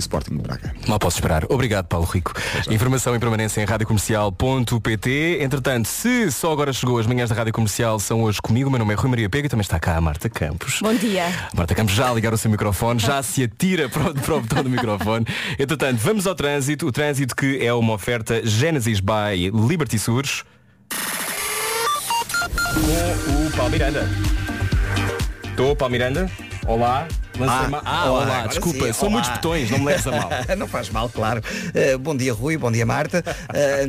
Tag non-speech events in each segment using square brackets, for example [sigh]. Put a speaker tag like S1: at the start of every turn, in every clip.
S1: Sporting de Braga.
S2: Mal posso esperar. Obrigado, Paulo Rico. Informação em permanência em radiocomercial.pt. Entretanto, se só agora chegou, as manhãs da Rádio Comercial são hoje comigo. O meu nome é Rui Maria Pega e também está cá a Marta Campos.
S3: Bom dia.
S2: A Marta Campos já a ligar o seu microfone, já se atira para o, para o botão do microfone. Entretanto, vamos ao trânsito. O trânsito que é uma oferta Genesis by Liberty Sures com o Paulo Miranda. Estou, Paulo Miranda. Olá. Lancei-me-
S1: Ah,
S2: ah,
S1: olá,
S2: olá,
S1: agora
S2: desculpa,
S1: sim,
S2: são
S1: olá.
S2: muitos botões, não me leves a
S1: [laughs]
S2: mal.
S1: Não faz mal, claro. Eh, bom dia, Rui. Bom dia, Marta. Eh,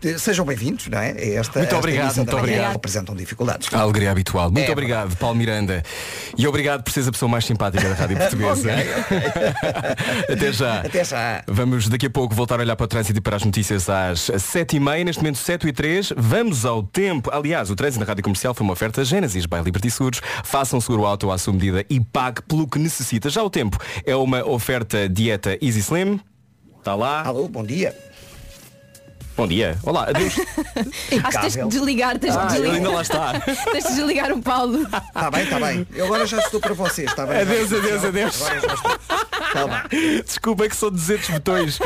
S1: de- sejam bem-vindos, não é? A
S2: Muito
S1: Esta, esta
S2: obrigado,
S1: emissão da
S2: muito
S1: manhã
S2: obrigado. Ah.
S1: que Apresentam dificuldades.
S2: A alegria habitual. Muito
S1: É,
S2: obrigado, Paulo Miranda. E obrigado por seres a pessoa mais simpática da
S1: [laughs]
S2: Rádio Portuguesa. [laughs] Até já.
S1: Até já.
S2: Vamos daqui a pouco voltar a olhar para o trânsito e para as notícias às 7h30, neste momento 7 e 3 Vamos ao tempo. Aliás, o trânsito na Rádio Comercial foi uma oferta Genesis by Liberty Seguros. Façam seguro auto à sua medida e pague pelo que necessita. Já o tempo é uma oferta dieta Easy Slim. Está lá.
S1: Alô, bom dia.
S2: Bom dia. Olá,
S1: [laughs]
S2: adeus.
S3: Acho que tens
S1: Impecável.
S3: de desligar, tens de
S2: Ah, ele ainda
S3: desligar.
S2: lá
S1: [laughs]
S2: está.
S3: [laughs] Tens de desligar
S2: [laughs]
S3: o Paulo.
S2: Ah.
S1: Está Tá bem, está bem. Eu agora já estou para vocês, está bem?
S2: Adeus, adeus, adeus.
S1: Agora já estou. Está bem.
S2: Desculpa é que são 200 botões.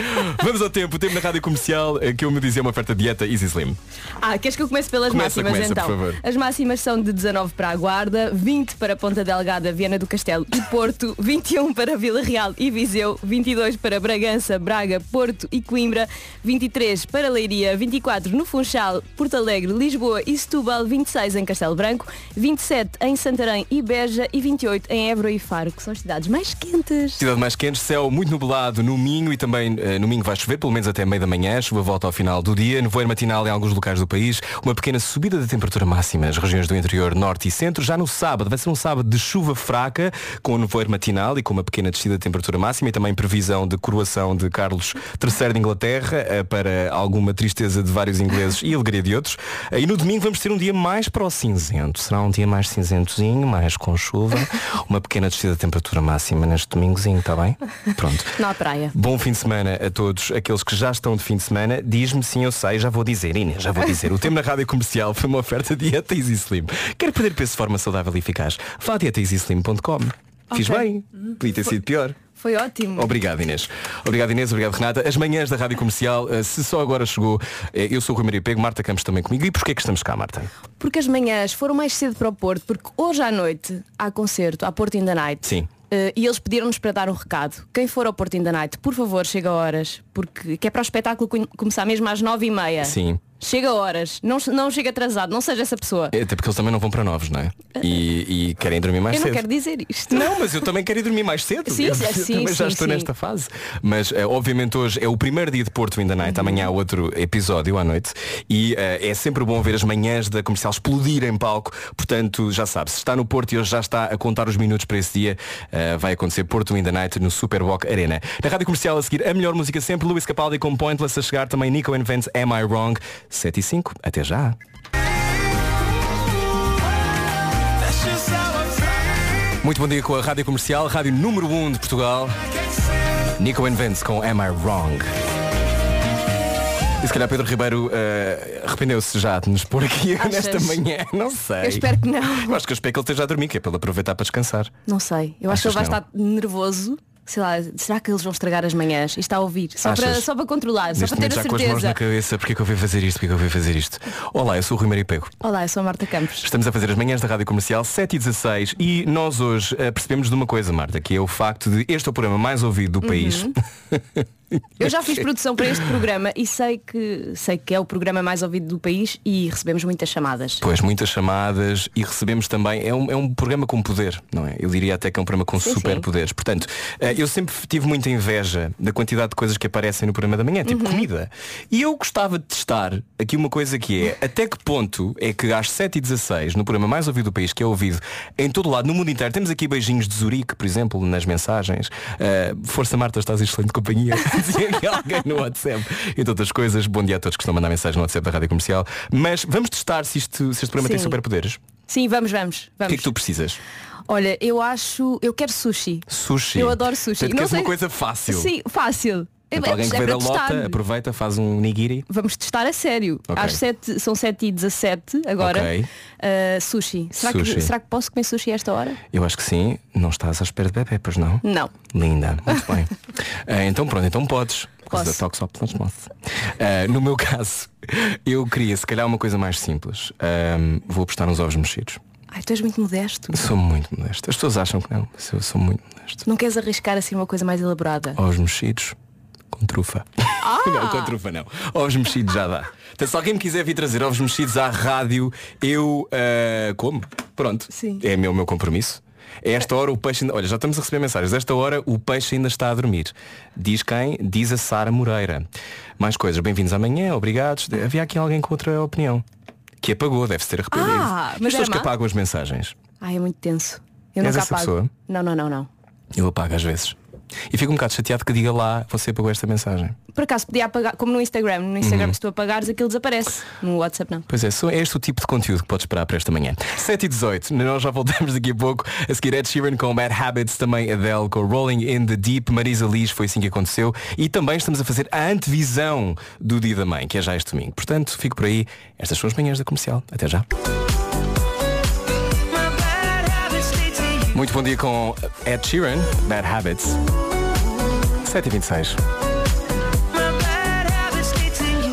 S2: Vamos ao tempo. O tempo na rádio comercial eh, que eu me dizia é uma oferta dieta Easy Slim.
S3: Ah, queres que eu comece pelas
S2: Começa,
S3: máximas
S2: começa,
S3: então?
S2: por favor.
S3: As máximas são de 19 para a Guarda, 20 para Ponta Delgada, Viana do Castelo e Porto, [laughs] 21 para Vila Real e Viseu, 22 para Bragança, Braga, Porto e Coimbra, 23 para Leiria, 24 no Funchal, Porto Alegre, Lisboa e Setúbal, 26 em Castelo Branco, 27 em Santarém e Beja e 28 em Évora e Faro, que são as cidades mais quentes.
S2: Cidade mais quente, céu muito nublado no Minho e também eh, no Minho vai chover, pelo menos até meio da manhã, chuva volta ao final do dia, nevoeiro matinal em alguns locais do país, uma pequena subida da temperatura máxima nas regiões do interior norte e centro. Já no sábado, vai ser um sábado de chuva fraca, com nevoeiro matinal e com uma pequena descida da temperatura máxima e também previsão de coroação de Carlos III de Inglaterra, eh, para alguma tristeza de vários ingleses e alegria de outros. Eh, E no domingo vamos ter um dia mais para o cinzento. Será um dia mais cinzentozinho, mais com chuva, uma pequena descida da temperatura máxima neste domingozinho, está bem? Pronto.
S3: Não há praia.
S2: Bom fim de semana a todos aqueles que já estão de fim de semana. Diz-me sim, eu sei, já vou dizer, Inês, já vou dizer. O tema na rádio comercial foi uma oferta de dieta Easy Slim. Quer perder peso de forma saudável e eficaz? Vá a dietaeasyslim.com. Fiz
S3: Ok.
S2: bem, podia ter sido pior.
S3: Foi ótimo.
S2: Obrigado Inês. Obrigado Inês, obrigado Renata. As manhãs da Rádio Comercial, eh, se só agora chegou, eh, eu sou o Rui Maria Pego, Marta Campos também comigo. E porquê é que estamos cá, Marta?
S3: Porque as manhãs foram mais cedo para o Porto, porque hoje à noite há concerto, há Porto in the Night.
S2: Sim.
S3: Eh, e eles pediram-nos para dar um recado. Quem for ao Porto in the Night, por favor, chega a horas, porque que é para o espetáculo co- começar mesmo às nove e meia.
S2: Sim.
S3: Chega a horas, não, não chega atrasado, não seja essa pessoa.
S2: Até porque eles também não vão para novos, não é? E, e querem dormir mais
S3: Eh, Eu não
S2: cedo.
S3: quero dizer isto.
S2: Não, mas eu também quero ir dormir mais cedo.
S3: Sim,
S2: eu,
S3: sim,
S2: eu
S3: sim,
S2: também já
S3: sim,
S2: estou
S3: sim.
S2: nesta fase. Mas eh, obviamente hoje é o primeiro dia de Porto ainda
S3: Uhum.
S2: Night, amanhã há outro episódio à noite. E eh, é sempre bom ver as manhãs da comercial explodir em palco. Portanto, já sabe, se está no Porto e hoje já está a contar os minutos para esse dia, eh, vai acontecer Porto ainda Night no Superboc Arena. Na Rádio Comercial a seguir a melhor música sempre, Luís Capaldi com Pointless a chegar, também Nico and Vance Am I Wrong? 7 e 5, até já. Muito bom dia com a Rádio Comercial, Rádio número 1 de Portugal. Nico and Vance com Am I Wrong? E se calhar Pedro Ribeiro eh, arrependeu-se já de nos pôr aqui
S3: Achas?
S2: nesta manhã, não sei.
S3: Eu espero que não.
S2: Eu acho que eu espero que ele esteja a dormir, que é para ele aproveitar para descansar.
S3: Não sei. Eu acho que ele vai
S2: Achas
S3: estar nervoso. Sei lá, será que eles vão estragar as manhãs? E está a ouvir. Só,
S2: Achas?
S3: para, só para controlar, só
S2: Neste
S3: para
S2: momento
S3: ter a
S2: já com as mãos na
S3: certeza.
S2: cabeça, porque é que eu vim fazer isto, porque é que eu vim fazer isto. Olá, eu sou o Rui Maria Pego.
S3: Olá, eu sou a Marta Campos.
S2: Estamos a fazer as manhãs da Rádio Comercial 7 e 16 e nós hoje eh, percebemos de uma coisa, Marta, que é o facto de este é o programa mais ouvido do país.
S3: Uhum. Eu já fiz produção para este programa e sei que, sei que é o programa mais ouvido do país e recebemos muitas chamadas.
S2: Pois, muitas chamadas e recebemos também. É um, é um programa com poder, não é? Eu diria até que é um programa com
S3: Sim,
S2: superpoderes. Portanto, eh, eu sempre tive muita inveja da quantidade de coisas que aparecem no programa da manhã, tipo
S3: Uhum.
S2: comida. E eu gostava de testar aqui uma coisa que é até que ponto é que às 7h16, no programa mais ouvido do país, que é ouvido em todo o lado, no mundo inteiro, temos aqui beijinhos de Zurique, por exemplo, nas mensagens. Eh, Força Marta, estás em excelente companhia. [laughs] Dizia aqui alguém no WhatsApp. E todas as coisas. Bom dia a todos que estão a mandar mensagem no WhatsApp da Rádio Comercial. Mas vamos testar se, isto, se este programa tem
S3: Sim.
S2: superpoderes.
S3: Sim, vamos, vamos.
S2: O
S3: vamos.
S2: que é que tu precisas?
S3: Olha, eu acho. Eu quero sushi.
S2: Sushi.
S3: Eu adoro sushi.
S2: Portanto,
S3: Não
S2: queres
S3: sei-
S2: uma coisa fácil.
S3: Sim, fácil.
S2: Portanto, Então, alguém que
S3: é
S2: vê da
S3: para testar.
S2: lota, aproveita, faz um nigiri.
S3: Vamos testar a sério.
S2: Ok.
S3: Às 7, são 7h17 agora.
S2: Ok.
S3: Uh, sushi. Será,
S2: Sushi.
S3: Que, será que posso comer sushi a esta hora?
S2: Eu acho que sim. Não estás à espera de bebê, pois não?
S3: Não.
S2: Linda, muito bem. Ah, então pronto, então podes. Por causa
S3: Posso.
S2: da toxoplasmose. Ah, no meu [laughs] caso, eu queria se calhar uma coisa mais simples. Ahm, vou apostar nos ovos mexidos.
S3: Ai, tu és muito modesto.
S2: Sou muito modesto. As pessoas acham que não, mas eu sou muito modesto.
S3: Não queres arriscar assim uma coisa mais elaborada?
S2: Ovos mexidos com trufa.
S3: Ah!
S2: Não, com trufa não. Ovos mexidos já dá. Então, se alguém me quiser vir trazer ovos mexidos à rádio, eu ah, como. Pronto.
S3: Sim.
S2: É meu, meu compromisso. A esta hora o peixe ainda... Olha, já estamos a receber mensagens. A esta hora o peixe ainda está a dormir. Diz quem? Diz a Sara Moreira. Mais coisas. Bem-vindos amanhã. Obrigados. De- Havia aqui alguém com outra opinião. Que apagou, deve-se ter arrependido.
S3: Ah, mas
S2: As pessoas
S3: era
S2: que
S3: má?
S2: apagam as mensagens.
S3: Ai, é muito tenso. Eu
S2: És
S3: nunca
S2: essa
S3: apago.
S2: pessoa?
S3: Não, não, não, não.
S2: Eu apago às vezes. E fico um bocado chateado que diga lá, você apagou esta mensagem.
S3: Por acaso podia apagar, como no Instagram, no Instagram se tu apagares aquilo desaparece. No WhatsApp não.
S2: Pois é, só é este o tipo de conteúdo que podes esperar para esta manhã. 7 e 18, [laughs] nós já voltamos daqui a pouco. A seguir Ed Sheeran com Bad Habits, também Adele com Rolling in the Deep, Marisa Liz, foi assim que aconteceu. E também estamos a fazer a antevisão do Dia da Mãe, que é já este domingo. Portanto, fico por aí. Estas são as manhãs da comercial. Até já. Muito bom dia com Ed Sheeran, Bad Habits. 7 e 26.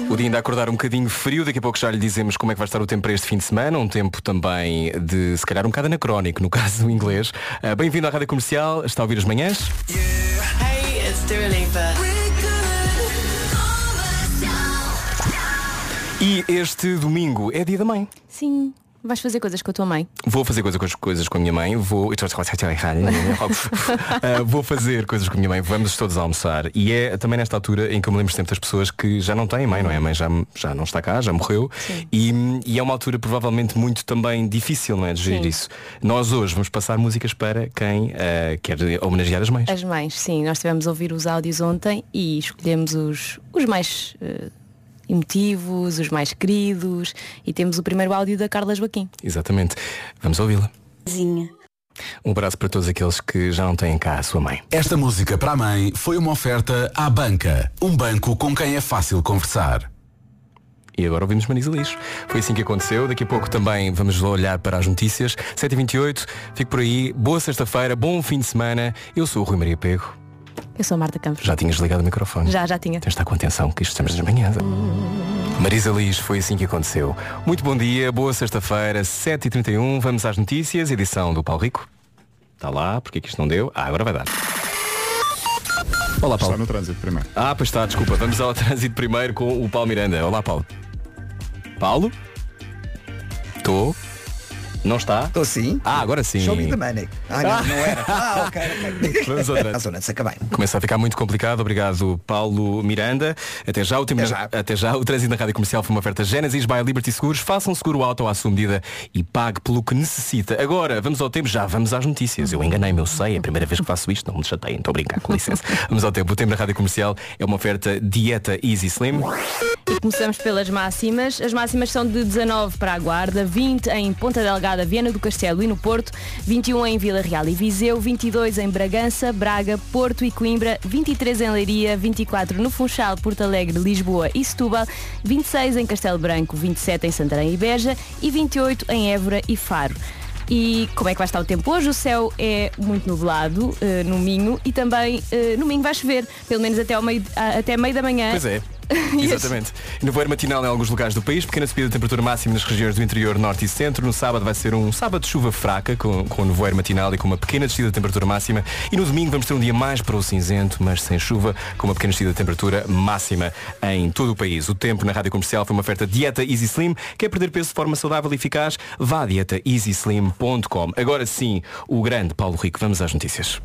S2: O dia ainda a acordar um bocadinho frio, daqui a pouco já lhe dizemos como é que vai estar o tempo para este fim de semana, um tempo também de, se calhar, um bocado anacrónico, no [laughs] caso do inglês. Ah, Bem-vindo à Rádio Comercial, está a ouvir as manhãs? E este domingo é dia da mãe.
S3: Sim, vais fazer coisas com a tua mãe.
S2: Vou fazer coisas, coisas, coisas com a minha mãe, vou. é? Ah, vou fazer coisas com a minha mãe, vamos todos almoçar. E é também nesta altura em que eu me lembro sempre das pessoas que já não têm mãe, não é? A mãe já, já não está cá, já morreu. E, e é uma altura provavelmente muito também difícil, não é? De gerir
S3: Sim.
S2: isso. Nós hoje vamos passar músicas para quem ah, quer homenagear as mães.
S3: As mães, sim, nós tivemos a ouvir os áudios ontem e escolhemos os, os mais eh, emotivos, os mais queridos e temos o primeiro áudio da Carla Joaquim.
S2: Exatamente. Vamos ouvi-la.
S4: Zinha.
S2: Um abraço para todos aqueles que já não têm cá a sua mãe.
S5: Esta música para a mãe foi uma oferta à banca, um banco com quem é fácil conversar.
S2: E agora ouvimos Marisa Lixo. Foi assim que aconteceu. Daqui a pouco também vamos olhar para as notícias. 7h28, fico por aí. Boa sexta-feira, bom fim de semana. Eu sou o Rui Maria Pego.
S3: Eu sou a Marta Campos.
S2: Já tinhas ligado o microfone?
S3: Já, já tinha.
S2: Tens de estar com atenção que isto estamos nas manhãs. Marisa Liz, foi assim que aconteceu. Muito bom dia, boa sexta-feira, 7h31. Vamos às notícias, edição do Paulo Rico. Está lá, porque é que isto não deu? Ah, agora vai dar. Olá, Paulo.
S6: Está no trânsito primeiro.
S2: Ah, pois está, desculpa. Vamos ao trânsito primeiro com o Paulo Miranda. Olá, Paulo. Paulo? Estou? Não está?
S1: Estou sim.
S2: Ah, agora sim.
S1: Show me the money. Ah, não, não era. Ah, ok, ok.
S2: Vamos ao trânsito.
S1: A zona de Sacabém.
S2: Começa a ficar muito complicado. Obrigado, Paulo Miranda. Até já. O tempo
S1: Até
S2: na-
S1: já.
S2: Até já. O trânsito na Rádio Comercial foi uma oferta Genesis by Liberty Seguros. Faça um seguro auto à sua medida e pague pelo que necessita. Agora, vamos ao tempo. Já vamos às notícias. Eu enganei-me, eu sei. É a primeira vez que faço isto. Não me chateiem. Estou a brincar, com
S1: [laughs]
S2: licença. vamos ao tempo. O tempo na Rádio Comercial é uma oferta Dieta Easy Slim.
S3: E começamos pelas máximas. As máximas são de 19 para a Guarda, 20 em Ponta Delgada, Viana do Castelo e no Porto, 21 em Vila Real e Viseu, 22 em Bragança, Braga, Porto e Coimbra, 23 em Leiria, 24 no Funchal, Porto Alegre, Lisboa e Setúbal, 26 em Castelo Branco, 27 em Santarém e Beja e 28 em Évora e Faro. E como é que vai estar o tempo hoje? O céu é muito nublado eh, no Minho e também eh, no Minho vai chover, pelo menos até, ao meio, a- até meio da manhã.
S2: Pois é.
S3: E
S2: Exatamente. E No voeiro matinal em alguns lugares do país, pequena subida de temperatura máxima nas regiões do interior norte e centro. No sábado vai ser um sábado de chuva fraca, com, com nevoeiro matinal e com uma pequena descida de temperatura máxima. E no domingo vamos ter um dia mais para o cinzento, mas sem chuva, com uma pequena descida de temperatura máxima em todo o país. O tempo na Rádio Comercial foi uma oferta Dieta Easy Slim. Quer perder peso de forma saudável e eficaz? Vá a dietaeasyslim.com. Agora sim, o grande Paulo Rico. Vamos às notícias.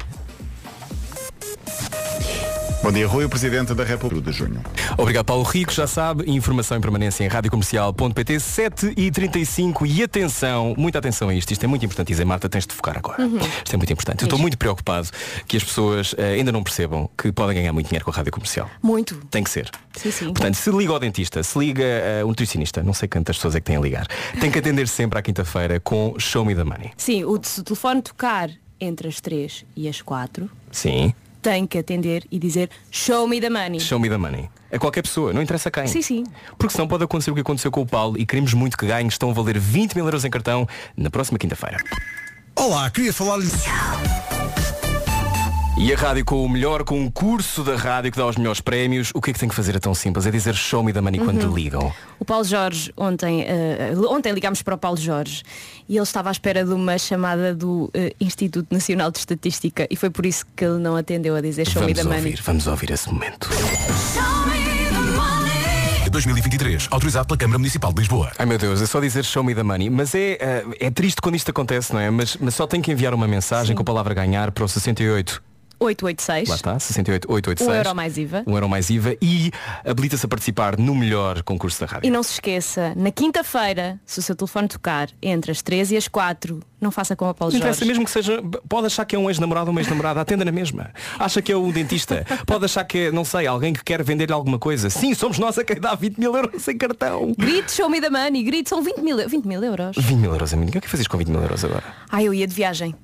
S6: Bom dia, Rui, o Presidente da República de Junho.
S2: Obrigado Paulo Rico, já sabe, informação em permanência em radiocomercial.pt 7 e 35 e atenção, muita atenção a isto, isto é muito importante, dizer Marta, tens de focar agora. Isto é muito importante. Eu estou muito preocupado que as pessoas eh, ainda não percebam que podem ganhar muito dinheiro com a rádio comercial.
S3: Muito.
S2: Tem que ser.
S3: Sim, sim.
S2: Portanto, se liga ao dentista, se liga a um nutricionista, não sei quantas pessoas é que têm a ligar, tem que atender sempre à quinta-feira com Show Me the Money.
S3: Sim, o, se o telefone tocar entre as 3 e as 4,
S2: Sim.
S3: tem que atender e dizer show me the money.
S2: Show me the money. A qualquer pessoa, não interessa quem.
S3: Sim, sim.
S2: Porque senão pode acontecer o que aconteceu com o Paulo e queremos muito que ganhe. Estão a valer 20 mil euros em cartão na próxima quinta-feira.
S4: Olá, queria falar-lhe...
S2: E a rádio com o melhor concurso da rádio que dá os melhores prémios, o que é que tem que fazer é tão simples? É dizer show me the money
S3: Uhum.
S2: quando ligam.
S3: O Paulo Jorge, ontem, eh, ontem ligámos para o Paulo Jorge e ele estava à espera de uma chamada do eh, Instituto Nacional de Estatística e foi por isso que ele não atendeu a dizer show me
S2: Vamos
S3: the money.
S2: ouvir, vamos ouvir esse momento.
S5: 2023, autorizado pela Câmara Municipal de Lisboa.
S2: Ai meu Deus, é só dizer show me the money. Mas é, eh, é triste quando isto acontece, não é? Mas, mas só tem que enviar uma mensagem com a palavra ganhar para o 68. Lá
S3: 886.
S2: está, 68886.
S3: Um euro mais IVA.
S2: Um euro mais IVA e habilita-se a participar no melhor concurso da rádio.
S3: E não se esqueça, na quinta-feira, se o seu telefone tocar entre as 3 e as 4, não faça com o Paulo
S2: Não interessa
S3: Jorge.
S2: mesmo que seja, pode achar que é um ex-namorado ou uma ex-namorada, atenda na mesma. Acha que é um dentista, pode achar que é, não sei, alguém que quer vender-lhe alguma coisa. Sim, somos nós a quem dá 20 mil euros em cartão.
S3: Grite show me the money, grite, são 20 mil, 20 mil euros.
S2: 20 mil euros, amigo. O que é que fazes com 20 mil euros agora?
S3: Ah, eu ia de viagem.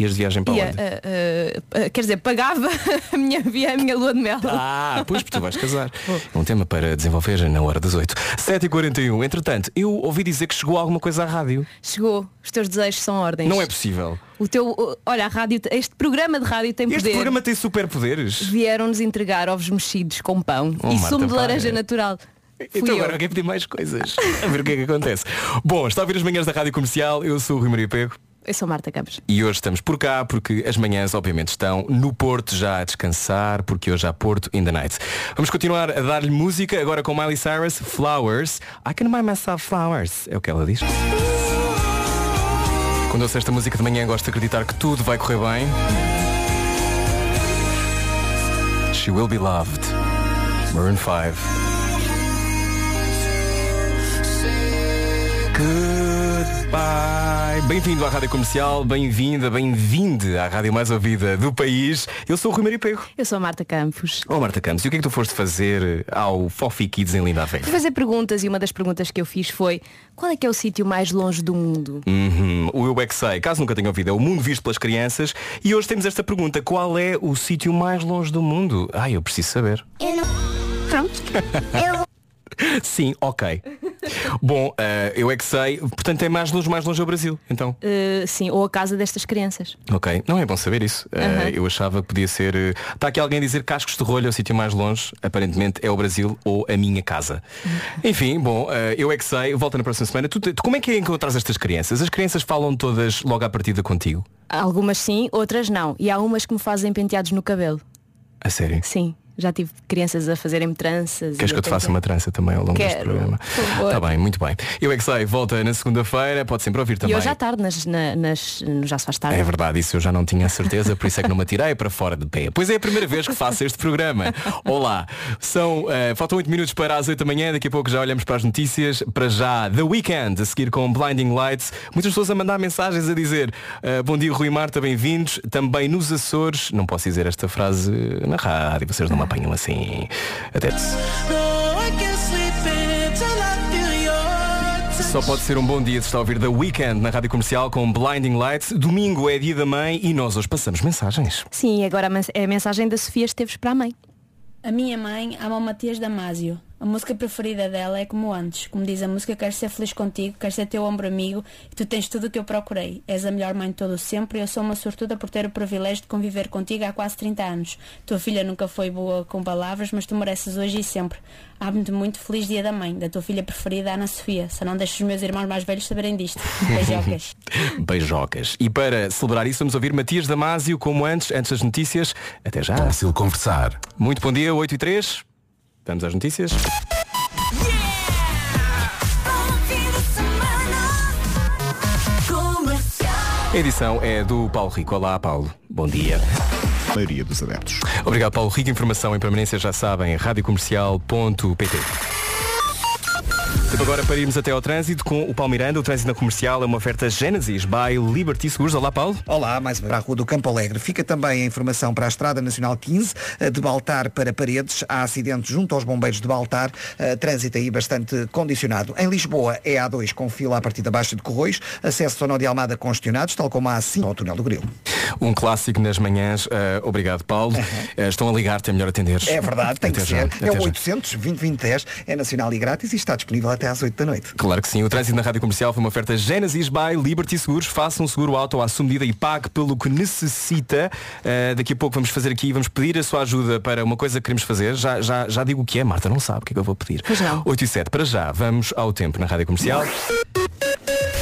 S2: Ias de viagem para
S3: Ia,
S2: onde?
S3: ah, ah, ah, quer dizer, pagava [laughs] a minha, via, a minha lua de mel.
S2: Ah, pois, porque tu vais casar. É
S3: Oh.
S2: um tema para desenvolver na hora das 8. 7h41. Entretanto, eu ouvi dizer que chegou alguma coisa à rádio.
S3: Chegou, os teus desejos são ordens.
S2: Não é possível.
S3: O teu, olha, a rádio, este programa de rádio tem
S2: Este
S3: poder.
S2: programa tem superpoderes.
S3: Vieram-nos entregar ovos mexidos com pão
S2: Oh,
S3: e
S2: Marta,
S3: sumo de
S2: pá,
S3: laranja
S2: é.
S3: natural. Fui
S2: Então
S3: eu.
S2: agora alguém pedir mais coisas. [laughs] A ver o que é que acontece. Bom, está a ouvir as manhãs da Rádio Comercial. Eu sou o Rui Maria Pego.
S3: Eu sou Marta Campos.
S2: E hoje estamos por cá porque as manhãs obviamente estão no Porto já a descansar porque hoje há Porto in the night. Vamos continuar a dar-lhe música agora com Miley Cyrus, Flowers. I can buy myself flowers. É o que ela diz. Quando ouço esta música de manhã gosto de acreditar que tudo vai correr bem. She will be loved. Maroon 5. Goodbye. Bem-vindo à Rádio Comercial, bem-vinda, bem-vinde à Rádio Mais Ouvida do país. Eu sou o Rui Maria Pego.
S3: Eu sou a Marta Campos.
S2: Ó Marta Campos, e o que é que tu foste fazer ao Fofi Kids em Linda a Velha?
S3: Fui fazer perguntas e uma das perguntas que eu fiz foi qual é que é o sítio mais longe do mundo?
S2: Uhum, o Eu É Que Sei, caso nunca tenha ouvido, é o mundo visto pelas crianças. E hoje temos esta pergunta, qual é o sítio mais longe do mundo? Ai, eu preciso saber.
S7: Eu não.
S2: [laughs]
S7: Pronto. Eu
S2: Sim, ok. Bom, eh, Eu É Que Sei, portanto é mais longe, mais longe ao Brasil, então.
S3: Eh, sim, ou a casa destas crianças.
S2: Ok, não é bom saber isso. Eh,
S3: Aham.
S2: eu achava que podia ser. eh, Está aqui alguém a dizer Cascos de Rolho é o sítio mais longe. Aparentemente é o Brasil ou a minha casa.
S3: Uhum.
S2: Enfim, bom, eh, eu é que sei. Volta na próxima semana. Tu, te- tu- como é que é encontrar estas crianças? As crianças falam todas logo à partida contigo?
S3: Algumas sim, outras não. E há umas que me fazem penteados no cabelo.
S2: A sério?
S3: Sim, já tive crianças a fazerem-me tranças. e
S2: Queres que eu te faça uma trança também ao longo deste
S3: Quero,
S2: programa?
S3: por favor.
S2: Está bem, muito bem. Eu é que sei. Volta na segunda-feira. Pode sempre ouvir
S3: E
S2: também.
S3: hoje à tarde, nas, na- nas, no Já se faz tarde.
S2: É verdade, isso eu já não tinha a certeza, por isso é que não me atirei para fora de pé. Pois é a primeira vez que faço este programa. Olá, são, eh, faltam 8 minutos para as 8 da manhã, daqui a pouco já olhamos para as notícias, para já The Weekend, a seguir com Blinding Lights. Muitas pessoas a mandar mensagens a dizer eh, Bom dia Rui e Marta, bem-vindos. Também nos Açores, não posso dizer esta frase eh, na rádio, vocês não me apanham assim. Até. Só pode ser um bom dia se está a ouvir The Weekend na Rádio Comercial com Blinding Lights. Domingo é dia da mãe e nós hoje passamos mensagens.
S3: Sim, agora a mens- é a mensagem da Sofia Esteves para a mãe.
S8: A minha mãe ama o Matias Damasio. A música preferida dela é Como Antes. Como diz a música, quero ser feliz contigo, quero ser teu ombro amigo e tu tens tudo o que eu procurei. És a melhor mãe de todo sempre e eu sou uma sortuda por ter o privilégio de conviver contigo há quase 30 anos. Tua filha nunca foi boa com palavras, mas tu mereces hoje e sempre. Amo-te muito feliz dia da mãe, da tua filha preferida, Ana Sofia. Só não deixes os meus irmãos mais velhos saberem disto. Beijocas.
S2: Beijocas. E para celebrar isso, vamos ouvir Matias Damasio, como antes, antes das notícias. Até já.
S5: Fácil conversar.
S2: Muito bom dia, 8 e 3. Vamos às notícias. A edição é do Paulo Rico. Olá, Paulo. Bom dia.
S6: Maioria dos adeptos.
S2: Obrigado, Paulo Rico. Informação em permanência, já sabem, radiocomercial.pt. Tempo agora para irmos até ao trânsito com o Paulo Miranda. O trânsito na comercial é uma oferta Genesis by Liberty Seguros. Olá, Paulo.
S1: Olá, mais uma para a Rua do Campo Alegre. Fica também a informação para a Estrada Nacional 15, eh, de Baltar para Paredes. Há acidente junto aos bombeiros de Baltar. Eh, Trânsito aí bastante condicionado. Em Lisboa, é A2 com fila a partir da Baixa de Corroios. Acesso ao Nó de Almada congestionados, tal como há assim ao Túnel do Grilo.
S2: Um clássico nas manhãs. Eh, obrigado, Paulo. Eh, estão a ligar-te, é melhor atender.
S1: Uhum. É verdade, tem que
S2: Até já,
S1: ser. É
S2: até
S1: o
S2: já.
S1: 800 2010 é nacional e grátis e está disponível até às 8 da noite.
S2: Claro que sim. O trânsito na rádio comercial foi uma oferta Genesis by Liberty Seguros. Faça um seguro auto à sua medida e pague pelo que necessita. Uh, daqui a pouco vamos fazer aqui, vamos pedir a sua ajuda para uma coisa que queremos fazer. Já, já, já digo o que é, Marta não sabe o que é que eu vou pedir.
S3: Pois não.
S2: 8 e 7, para já, vamos ao tempo na rádio comercial.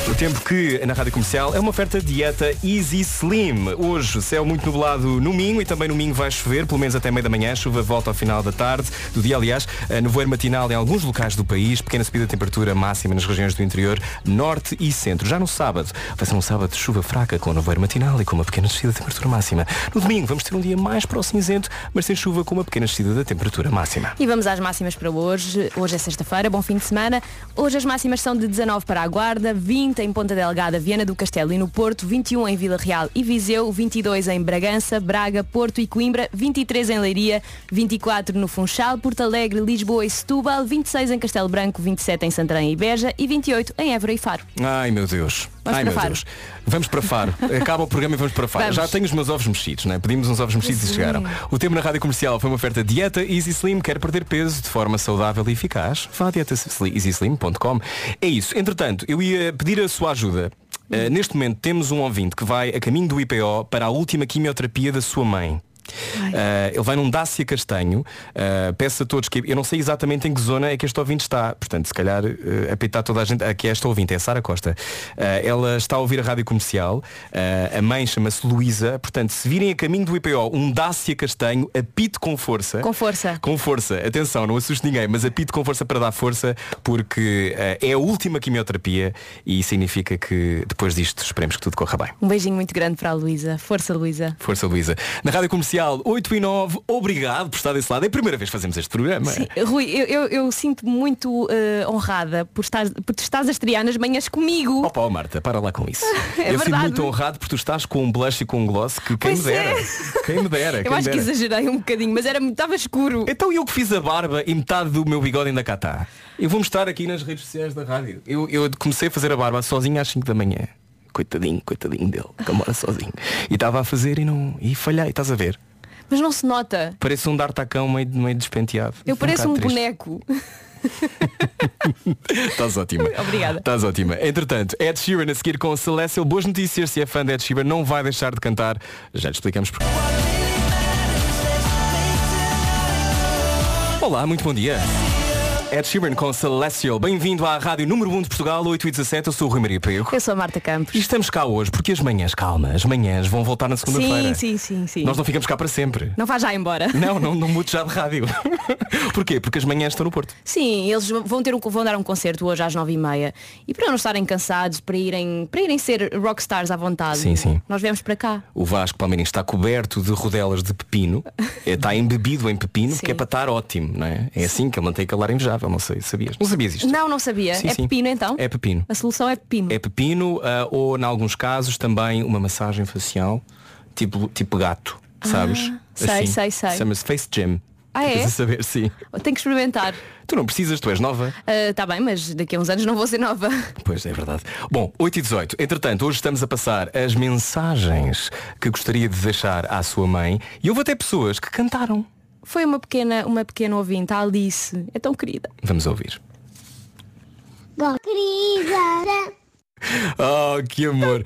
S2: O tempo que na Rádio Comercial é uma oferta de dieta Easy Slim. Hoje, céu muito nublado no Minho e também no Minho vai chover, pelo menos até meio da manhã. A Chuva volta ao final da tarde, do dia, aliás. eh, Nevoeiro matinal em alguns locais do país. Pequena subida de temperatura máxima nas regiões do interior, norte e centro. Já no sábado, vai ser um sábado de chuva fraca com nevoeiro matinal e com uma pequena descida de temperatura máxima. No domingo, vamos ter um dia mais para o cinzento, mas sem chuva com uma pequena descida da temperatura máxima.
S3: E vamos às máximas para hoje. Hoje é sexta-feira, bom fim de semana. Hoje as máximas são de 19 para a Guarda, 20 em Ponta Delgada, Viana do Castelo e no Porto, 21 em Vila Real e Viseu, 22 em Bragança, Braga, Porto e Coimbra, 23 em Leiria, 24 no Funchal, Porto Alegre, Lisboa e Setúbal, 26 em Castelo Branco, 27 em Santarém e Beja e 28 em Évora e Faro.
S2: Ai meu Deus.
S3: Vamos
S2: Ai
S3: para
S2: meu
S3: Faro.
S2: Deus. Vamos para Faro. Acaba o programa e vamos para Faro.
S3: Vamos.
S2: Já tenho os meus ovos mexidos, né? Pedimos uns ovos mexidos e chegaram. O tema na rádio comercial foi uma oferta dieta Easy Slim. Quer perder peso de forma saudável e eficaz? Vá a dietaeasyslim.com. É isso. Entretanto, eu ia pedir a sua ajuda. Uh, neste momento temos um ouvinte que vai a caminho do IPO para a última quimioterapia da sua mãe. Uh, ele vai num Dácia Castanho. Uh, peço a todos que. Eu não sei exatamente em que zona é que este ouvinte está. Portanto, se calhar uh, apitar toda a gente. Aqui é esta ouvinte, é a Sara Costa. Uh, ela está a ouvir a rádio comercial. Uh, a mãe chama-se Luísa. Portanto, se virem a caminho do IPO um Dácia Castanho, apite com força.
S3: Com força.
S2: Com força. Atenção, não assuste ninguém, mas apite com força para dar força, porque uh, é a última quimioterapia e significa que depois disto esperemos que tudo corra bem.
S3: Um beijinho muito grande para a Luísa. Força, Luísa.
S2: Força Luísa. Na Rádio Comercial 8 e 9, obrigado por estar desse lado. É a primeira vez que fazemos este programa.
S3: Sim, Rui, eu, eu- eu sinto-me muito eh, honrada por, estar, por te estás a estrear nas manhãs comigo.
S2: Opa, ó Marta, para lá com isso.
S3: [laughs] É
S2: eu sinto
S3: verdade.
S2: muito honrado por tu estás com um blush e com um gloss que quem
S3: Pois
S2: me dera.
S3: é.
S2: Quem me dera. quem
S3: [laughs] Eu
S2: me
S3: acho que
S2: dera.
S3: exagerei um bocadinho, mas era estava escuro.
S2: Então eu que fiz a barba e metade do meu bigode ainda cá está. Eu vou mostrar aqui nas redes sociais da rádio. Eu, eu comecei a fazer a barba sozinho às 5 da manhã. Coitadinho, coitadinho dele, que mora sozinho. E estava a fazer e não. E falhei, estás a ver?
S3: Mas não se nota.
S2: Parece um dartacão meio, meio despenteado.
S3: Eu pareço um
S2: bocado triste.
S3: boneco.
S2: Estás ótima.
S3: [laughs] Obrigada.
S2: Estás ótima. Entretanto, Ed Sheeran a seguir com a Celestial. Boas notícias, se é fã de Ed Sheeran, não vai deixar de cantar. Já te explicamos porquê. Olá, muito bom dia. Ed Sheeran com Celestial. Bem-vindo à Rádio Número 1 de Portugal, 8 e 17. Eu sou o Rui Maria Pego.
S3: Eu sou a Marta
S2: E
S3: Campos.
S2: estamos cá hoje porque as manhãs, calma, as manhãs vão voltar na segunda-feira.
S3: Sim, sim, sim, sim.
S2: Nós não ficamos cá para sempre.
S3: Não vá já embora.
S2: Não, não, não mude já de rádio. [laughs] Porquê? Porque as manhãs estão no Porto.
S3: Sim, eles vão, ter um, vão dar um concerto hoje às nove e meia. E para não estarem cansados, para irem, para irem ser rockstars à vontade,
S2: Sim, sim.
S3: nós viemos para cá.
S2: O Vasco Palmeirense está coberto de rodelas de pepino, eh, está embebido em pepino,
S3: Sim.
S2: que é para estar ótimo, não é? É assim que ele mantém a invejável, não sei, sabias? Não sabias isto?
S3: Não, não sabia.
S2: Sim,
S3: é
S2: sim.
S3: pepino então?
S2: É pepino.
S3: A solução é pepino.
S2: É pepino ah, ou, em alguns casos, também uma massagem facial, tipo, tipo gato, sabes?
S3: Ah,
S2: Assim.
S3: sei, sei, sei.
S2: Chama-se Face Gem.
S3: Ah, é?
S2: Estás a saber, sim.
S3: Tenho que experimentar.
S2: Tu não precisas, tu és nova.
S3: Está bem, mas daqui a uns anos não vou ser nova.
S2: Pois é verdade. Bom, 8 e 18. Entretanto, hoje estamos a passar as mensagens que gostaria de deixar à sua mãe e houve até pessoas que cantaram.
S3: Foi uma pequena, uma pequena ouvinte, a Alice. É tão querida.
S2: Vamos ouvir.
S7: Bom, querida.
S2: Oh, que amor.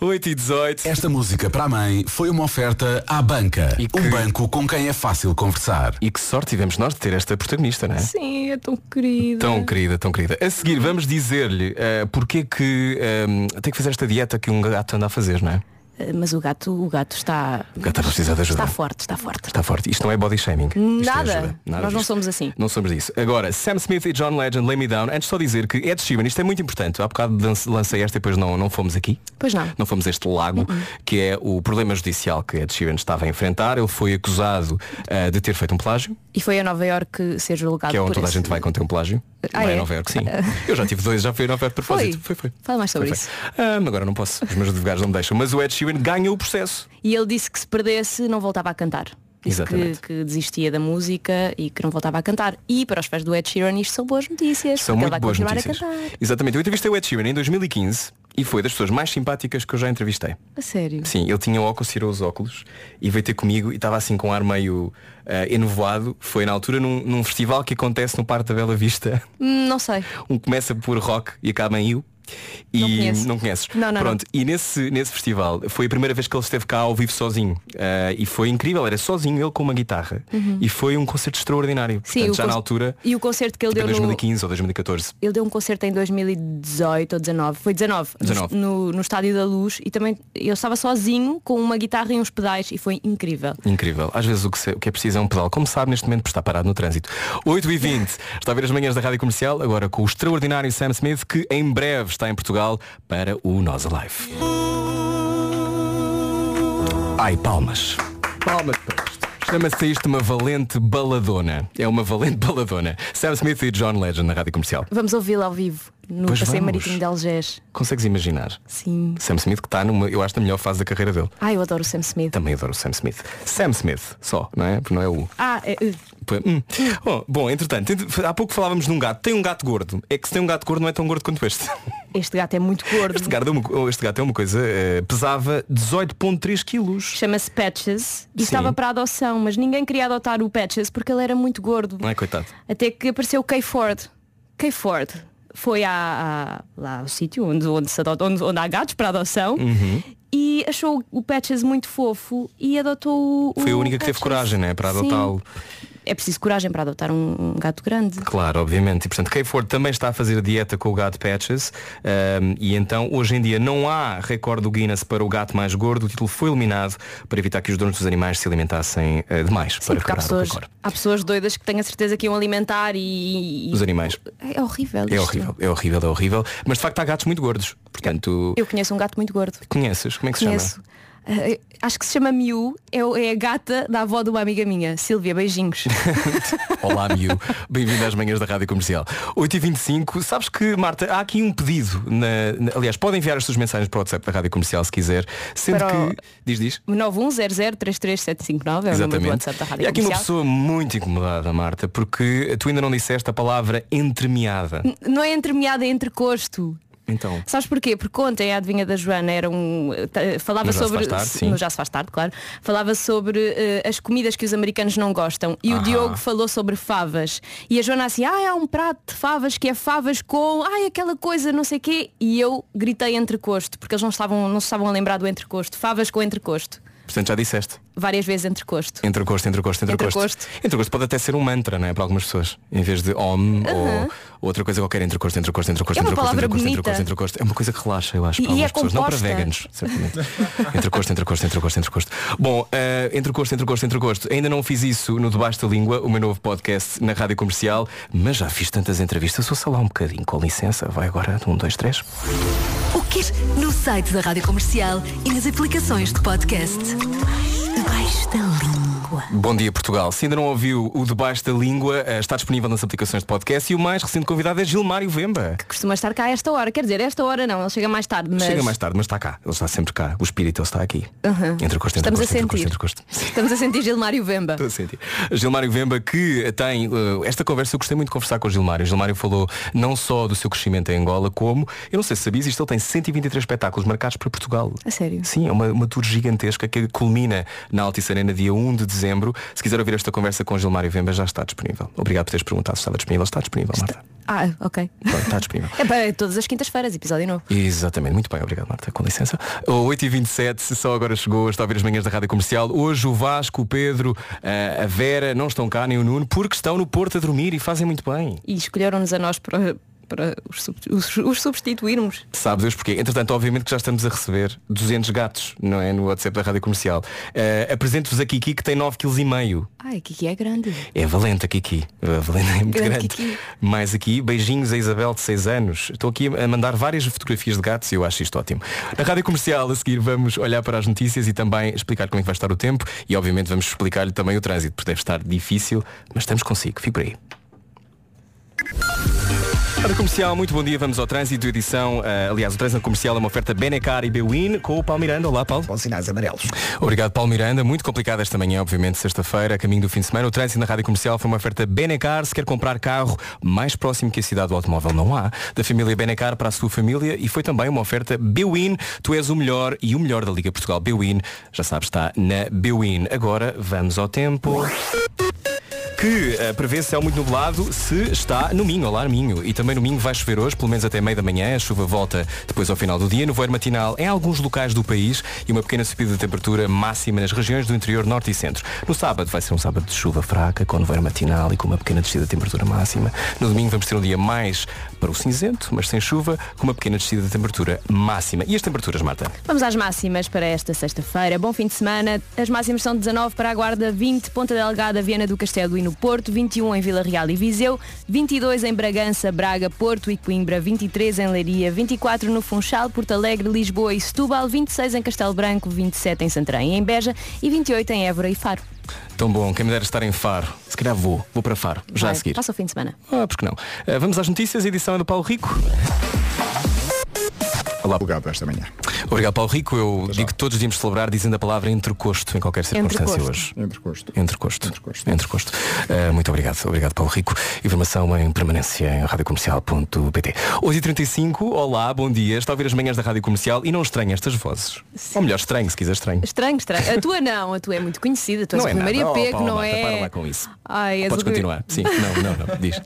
S2: 8 e 18.
S5: Esta música para a mãe foi uma oferta à banca.
S2: E que-
S5: Um banco com quem é fácil conversar.
S2: E que sorte tivemos nós de ter esta protagonista, não é?
S3: Sim, Uhum. é tão querida.
S2: Tão querida, tão querida. A seguir vamos dizer-lhe eh, porque é que eh, tem que fazer esta dieta que um gato anda a fazer, não é?
S3: eh, mas o gato, o gato está.
S2: O gato está a precisar de ajuda.
S3: Está forte, está forte.
S2: Está forte. Isto não é body shaming. Isto é
S3: Nada.
S2: ajuda.
S3: Nós não
S2: disso.
S3: somos assim.
S2: Não somos disso. Agora, Sam Smith e John Legend, Lay Me Down. Antes só dizer que Ed Sheeran, isto é muito importante. Há bocado dan- lancei esta e depois não, não fomos aqui.
S3: Pois não.
S2: Não fomos a este lago,
S3: Uhum.
S2: que é o problema judicial que Ed Sheeran estava a enfrentar. Ele foi acusado ah, de ter feito um plágio,
S3: E foi a Nova Iorque ser julgado.
S2: que é onde
S3: por
S2: toda
S3: esse-
S2: a gente vai conter um plágio.
S3: Ah,
S2: vai
S3: é?
S2: a Nova Iorque, sim. Eu já tive dois, já fui a Nova Iorque de propósito.
S3: Foi? Fala mais sobre isso.
S2: Ah, agora não posso. Os meus advogados não me deixam. Mas o Ed Sheeran ganha o processo.
S3: E ele disse que se perdesse não voltava a cantar. Disse que,
S2: Exatamente.
S3: que desistia da música e que não voltava a cantar. E para os fãs do Ed Sheeran isto são boas notícias.
S2: São
S3: porque
S2: muito
S3: ele vai
S2: boas
S3: continuar
S2: notícias.
S3: a cantar.
S2: Exatamente. Eu entrevistei o Ed Sheeran em 2015 e foi das pessoas mais simpáticas que eu já entrevistei.
S3: A sério.
S2: Sim, ele tinha óculos, tirou os óculos e veio ter comigo e estava assim com um ar meio eh, enevoado. Foi na altura num, num festival que acontece no Parque da Bela Vista.
S3: Hum, Não sei.
S2: Um começa por rock e acaba em you. E
S3: Não conheço.
S2: não conheces.
S3: Não, não,
S2: Pronto, e nesse, nesse festival foi a primeira vez que ele esteve cá ao vivo sozinho. Eh, e foi incrível, era sozinho ele com uma guitarra. E foi um concerto extraordinário.
S3: Uhum. Sim,
S2: Portanto,
S3: o
S2: já na
S3: con-
S2: altura,
S3: E um- o concerto que ele
S2: tipo em
S3: deu no,
S2: 2015 ou 2014.
S3: Ele deu um concerto em 2018 ou 19, foi 19,
S2: 19.
S3: No, no Estádio da Luz e também eu estava sozinho com uma guitarra e uns pedais e foi incrível.
S2: Incrível. Às vezes o que, se- o que é preciso é um pedal. Como sabe, neste momento está parado no trânsito. 8h20. Está a ver as manhãs da Rádio Comercial, agora com o extraordinário Sam Smith, que em breve está em Portugal para o Nós Alive. Ai, palmas. Palmas para isto. Chama-se isto uma valente baladona. É uma valente [laughs] baladona. Sam Smith e John Legend na Rádio Comercial.
S3: Vamos ouvi-lo ao vivo no
S2: Pois
S3: Passeio
S2: vamos.
S3: Marítimo de Algés.
S2: Consegues imaginar?
S3: Sim.
S2: Sam Smith que está numa, eu acho, na melhor fase da carreira dele.
S3: Ai, eu adoro o Sam Smith.
S2: Também adoro o Sam Smith. Sam Smith, só, não é? Porque não é o.
S3: Ah, é, é,
S2: Pô, hum. Oh, bom, entretanto, ent- há pouco falávamos de um gato. Tem um gato gordo. É que se tem um gato gordo não é tão gordo quanto este. [laughs]
S3: este gato é muito gordo.
S2: Este gato é uma, co- este gato é uma coisa. eh, pesava 18,3 quilos.
S3: Chama-se Patches e
S2: Sim.
S3: estava para adoção, mas ninguém queria adotar o Patches porque ele era muito gordo.
S2: Não é, coitado?
S3: Até que apareceu o Kay Ford. Kay Ford foi à, à- lá ao sítio onde, onde, se adota- onde- onde há gatos para adoção
S2: Uhum.
S3: e achou o Patches muito fofo e adotou o.
S2: Foi a
S3: o
S2: única que teve
S3: Patches.
S2: coragem, né? Para
S3: Sim.
S2: adotá-lo.
S3: É preciso coragem para adotar um, um gato grande.
S2: Claro, obviamente. E, portanto, Kay Ford também está a fazer dieta com o gato Patches. ahm, e então, hoje em dia, não há recorde do Guinness para o gato mais gordo. O título foi eliminado para evitar que os donos dos animais se alimentassem eh, demais
S3: Sim,
S2: para
S3: porque há
S2: quebrar
S3: pessoas,
S2: o recorde.
S3: há pessoas doidas que têm a certeza que iam alimentar e. e-
S2: Os animais.
S3: É horrível.
S2: É
S3: isto.
S2: horrível, é horrível, é horrível. Mas de facto há gatos muito gordos. Portanto,
S3: Eu conheço um gato muito gordo.
S2: conheces? Como é que se
S3: Conheço.
S2: chama?
S3: Ah, acho que se chama Miu, é, o- é a gata da avó de uma amiga minha,
S2: [laughs]
S3: Silvia, beijinhos.
S2: Olá, Miu. Bem-vindo às manhãs da Rádio Comercial. 8h25. Sabes que, Marta, há aqui um pedido. na- na- aliás, podem enviar as suas mensagens para o WhatsApp da Rádio Comercial se quiser. Sendo
S3: Para o-
S2: que. Diz, diz.
S3: 910033759 é o número do WhatsApp da
S2: e
S3: Rádio
S2: há aqui uma
S3: Comercial.
S2: pessoa muito incomodada, Marta, porque tu ainda não disseste a palavra entremeada.
S3: Não é entremeada, é entrecosto.
S2: Então.
S3: Sabes porquê? Porque ontem a adivinha da Joana era um. t- Falava
S2: No Já se
S3: sobre.
S2: faz tarde, sim.
S3: no Já se faz tarde, claro. Falava sobre eh, as comidas que os americanos não gostam. E o
S2: Ahá.
S3: Diogo falou sobre favas. E a Joana assim, ah, há um prato de favas que é favas com. Ai, aquela coisa, não sei quê. E eu gritei entrecosto, porque eles não estavam, não se estavam a lembrar do entrecosto. Favas com entrecosto.
S2: Portanto, já disseste.
S3: Várias vezes entrecosto.
S2: Entrecosto, entrecosto, entrecosto.
S3: Entrecosto.
S2: Entrecosto pode até ser um mantra, não é? Para algumas pessoas. Em vez de homem ou outra coisa qualquer, entrecosto, entrecosto, entrecosto,
S3: É uma
S2: entrecosto,
S3: palavra
S2: entrecosto,
S3: bonita.
S2: entrecosto, entrecosto. É uma coisa que relaxa, eu acho,
S3: E-
S2: para
S3: e é
S2: algumas pessoas. Não para
S3: composta.
S2: veganos, certamente. entrecosto, entrecosto, entrecosto, entrecosto. Bom, eh, entrecosto, entrecosto, entrecosto. Ainda não fiz isso no Debaixo da Língua, o meu novo podcast na Rádio Comercial, mas já fiz tantas entrevistas. Sou só lá um bocadinho, com licença. Vai agora, um, dois, três.
S9: O que No site da Rádio Comercial e nas aplicações de podcast. Debaixo da língua.
S2: Bom dia Portugal. Se ainda não ouviu o Debaixo da Língua, eh, está disponível nas aplicações de podcast e o mais recente convidado é Gilmário Vemba.
S3: costuma estar cá a esta hora. Quer dizer, esta hora não, ele chega mais tarde, mas
S2: Chega mais tarde, mas está cá. Ele está sempre cá. O espírito ele está aqui.
S3: Uhum.
S2: Entre costa, entre
S3: Estamos a
S2: costa, entre costa,
S3: sentir.
S2: entre costa.
S3: estamos a sentir Gilmário Vemba.
S2: Estou a sentir. Gilmário Vemba que tem eh, esta conversa eu gostei muito de conversar com o Gilmário. O Gilmário falou não só do seu crescimento em Angola, como, eu não sei se sabias, isto ele tem 123 espetáculos marcados para Portugal.
S3: A sério?
S2: Sim, é uma, uma tour gigantesca que culmina na Altice Arena dia 1 de dezembro. Se quiser ouvir esta conversa com o Gilmário Vemba, já está disponível. Obrigado por teres perguntado se estava disponível. Está disponível, Marta.
S3: Ah, ok. [laughs]
S2: Pronto, está disponível.
S3: É para todas as quintas-feiras, episódio novo.
S2: Exatamente, muito bem, obrigado Marta, com licença. Oh, O 8h27, se só agora chegou, está a ouvir as manhãs da Rádio Comercial. Hoje o Vasco, o Pedro, eh, a Vera não estão cá, nem o Nuno, porque estão no Porto a dormir e fazem muito bem.
S3: E escolheram-nos a nós para, para os, sub- os- os substituirmos.
S2: Sabe Deus porquê. Entretanto, obviamente que já estamos a receber 200 gatos, não é? No WhatsApp da Rádio Comercial. Eh, Apresento-vos a Kiki que tem 9,5 kg.
S3: Ai, Kiki é grande.
S2: É valente a Kiki. A valente é muito
S3: Grande
S2: grande.
S3: Kiki.
S2: Mais aqui, beijinhos a Isabel de 6 anos. Estou aqui a mandar várias fotografias de gatos e eu acho isto ótimo. Na Rádio Comercial, a seguir, vamos olhar para as notícias e também explicar como é que vai estar o tempo e, obviamente, vamos explicar-lhe também o trânsito, porque deve estar difícil, mas estamos consigo. Fique por aí. Rádio Comercial, muito bom dia. Vamos ao trânsito, edição. eh, aliás, o trânsito comercial é uma oferta Benecar e Bewin com o Paulo Miranda. Olá, Paulo.
S1: Com sinais amarelos.
S2: Obrigado, Paulo Miranda. Muito complicado esta manhã, obviamente, sexta-feira, a caminho do fim de semana. O trânsito na Rádio Comercial foi uma oferta Benecar. Se quer comprar carro mais próximo que a cidade do automóvel, não há. Da família Benecar para a sua família e foi também uma oferta Bewin. Tu és o melhor e o melhor da Liga Portugal. Bewin, já sabes, está na Bewin. Agora vamos ao tempo que eh, prevê céu muito nublado se está no Minho, olá Minho. E também no Minho vai chover hoje, pelo menos até meio da manhã. A chuva volta depois ao final do dia. No voeiro matinal em alguns locais do país e uma pequena subida de temperatura máxima nas regiões do interior norte e centro. No sábado vai ser um sábado de chuva fraca, com noveiro matinal e com uma pequena descida de temperatura máxima. No domingo vamos ter um dia mais para o cinzento, mas sem chuva, com uma pequena descida de temperatura máxima. E as temperaturas, Marta?
S3: Vamos às máximas para esta sexta-feira. Bom fim de semana. As máximas são 19 para a Guarda, 20 Ponta Delgada, Viana do Castelo e no Porto, 21 em Vila Real e Viseu, 22 em Bragança, Braga, Porto e Coimbra, 23 em Leiria, 24 no Funchal, Porto Alegre, Lisboa e Setúbal, 26 em Castelo Branco, 27 em Santarém e em Beja e 28 em Évora e Faro.
S2: Tão bom, quem me dera estar em Faro. Se calhar vou, vou para Faro, já
S3: Vai,
S2: a seguir.
S3: Passa o fim de semana.
S2: Ah, porque não? Ah, vamos às notícias, a edição é do Paulo Rico. Olá,
S6: Bugado esta manhã.
S2: obrigado Paulo Rico. Eu digo que todos devíamos celebrar dizendo a palavra entrecosto em qualquer circunstância
S3: Entrecosto.
S2: hoje.
S6: Entrecosto.
S2: Entrecosto.
S6: Entrecosto.
S2: Entrecosto. Ah, muito obrigado. Obrigado, Paulo Rico. Informação em permanência em radiocomercial.pt. Hoje 35 olá, bom dia. Está a ouvir as manhãs da Rádio Comercial e não estranha estas vozes. Ou melhor, estranho, se quiser estranho.
S3: Estranho, estranho. A tua não, a tua é muito conhecida, a tua
S2: Não
S3: és
S2: é
S3: o Maria
S2: nada. Oh,
S3: Pego,
S2: Paulo,
S3: não
S2: Marta,
S3: é?
S2: para lá com isso.
S3: Ai, és
S2: Podes
S3: o que-
S2: continuar.
S3: [laughs]
S2: Sim, não, não, não. Diz.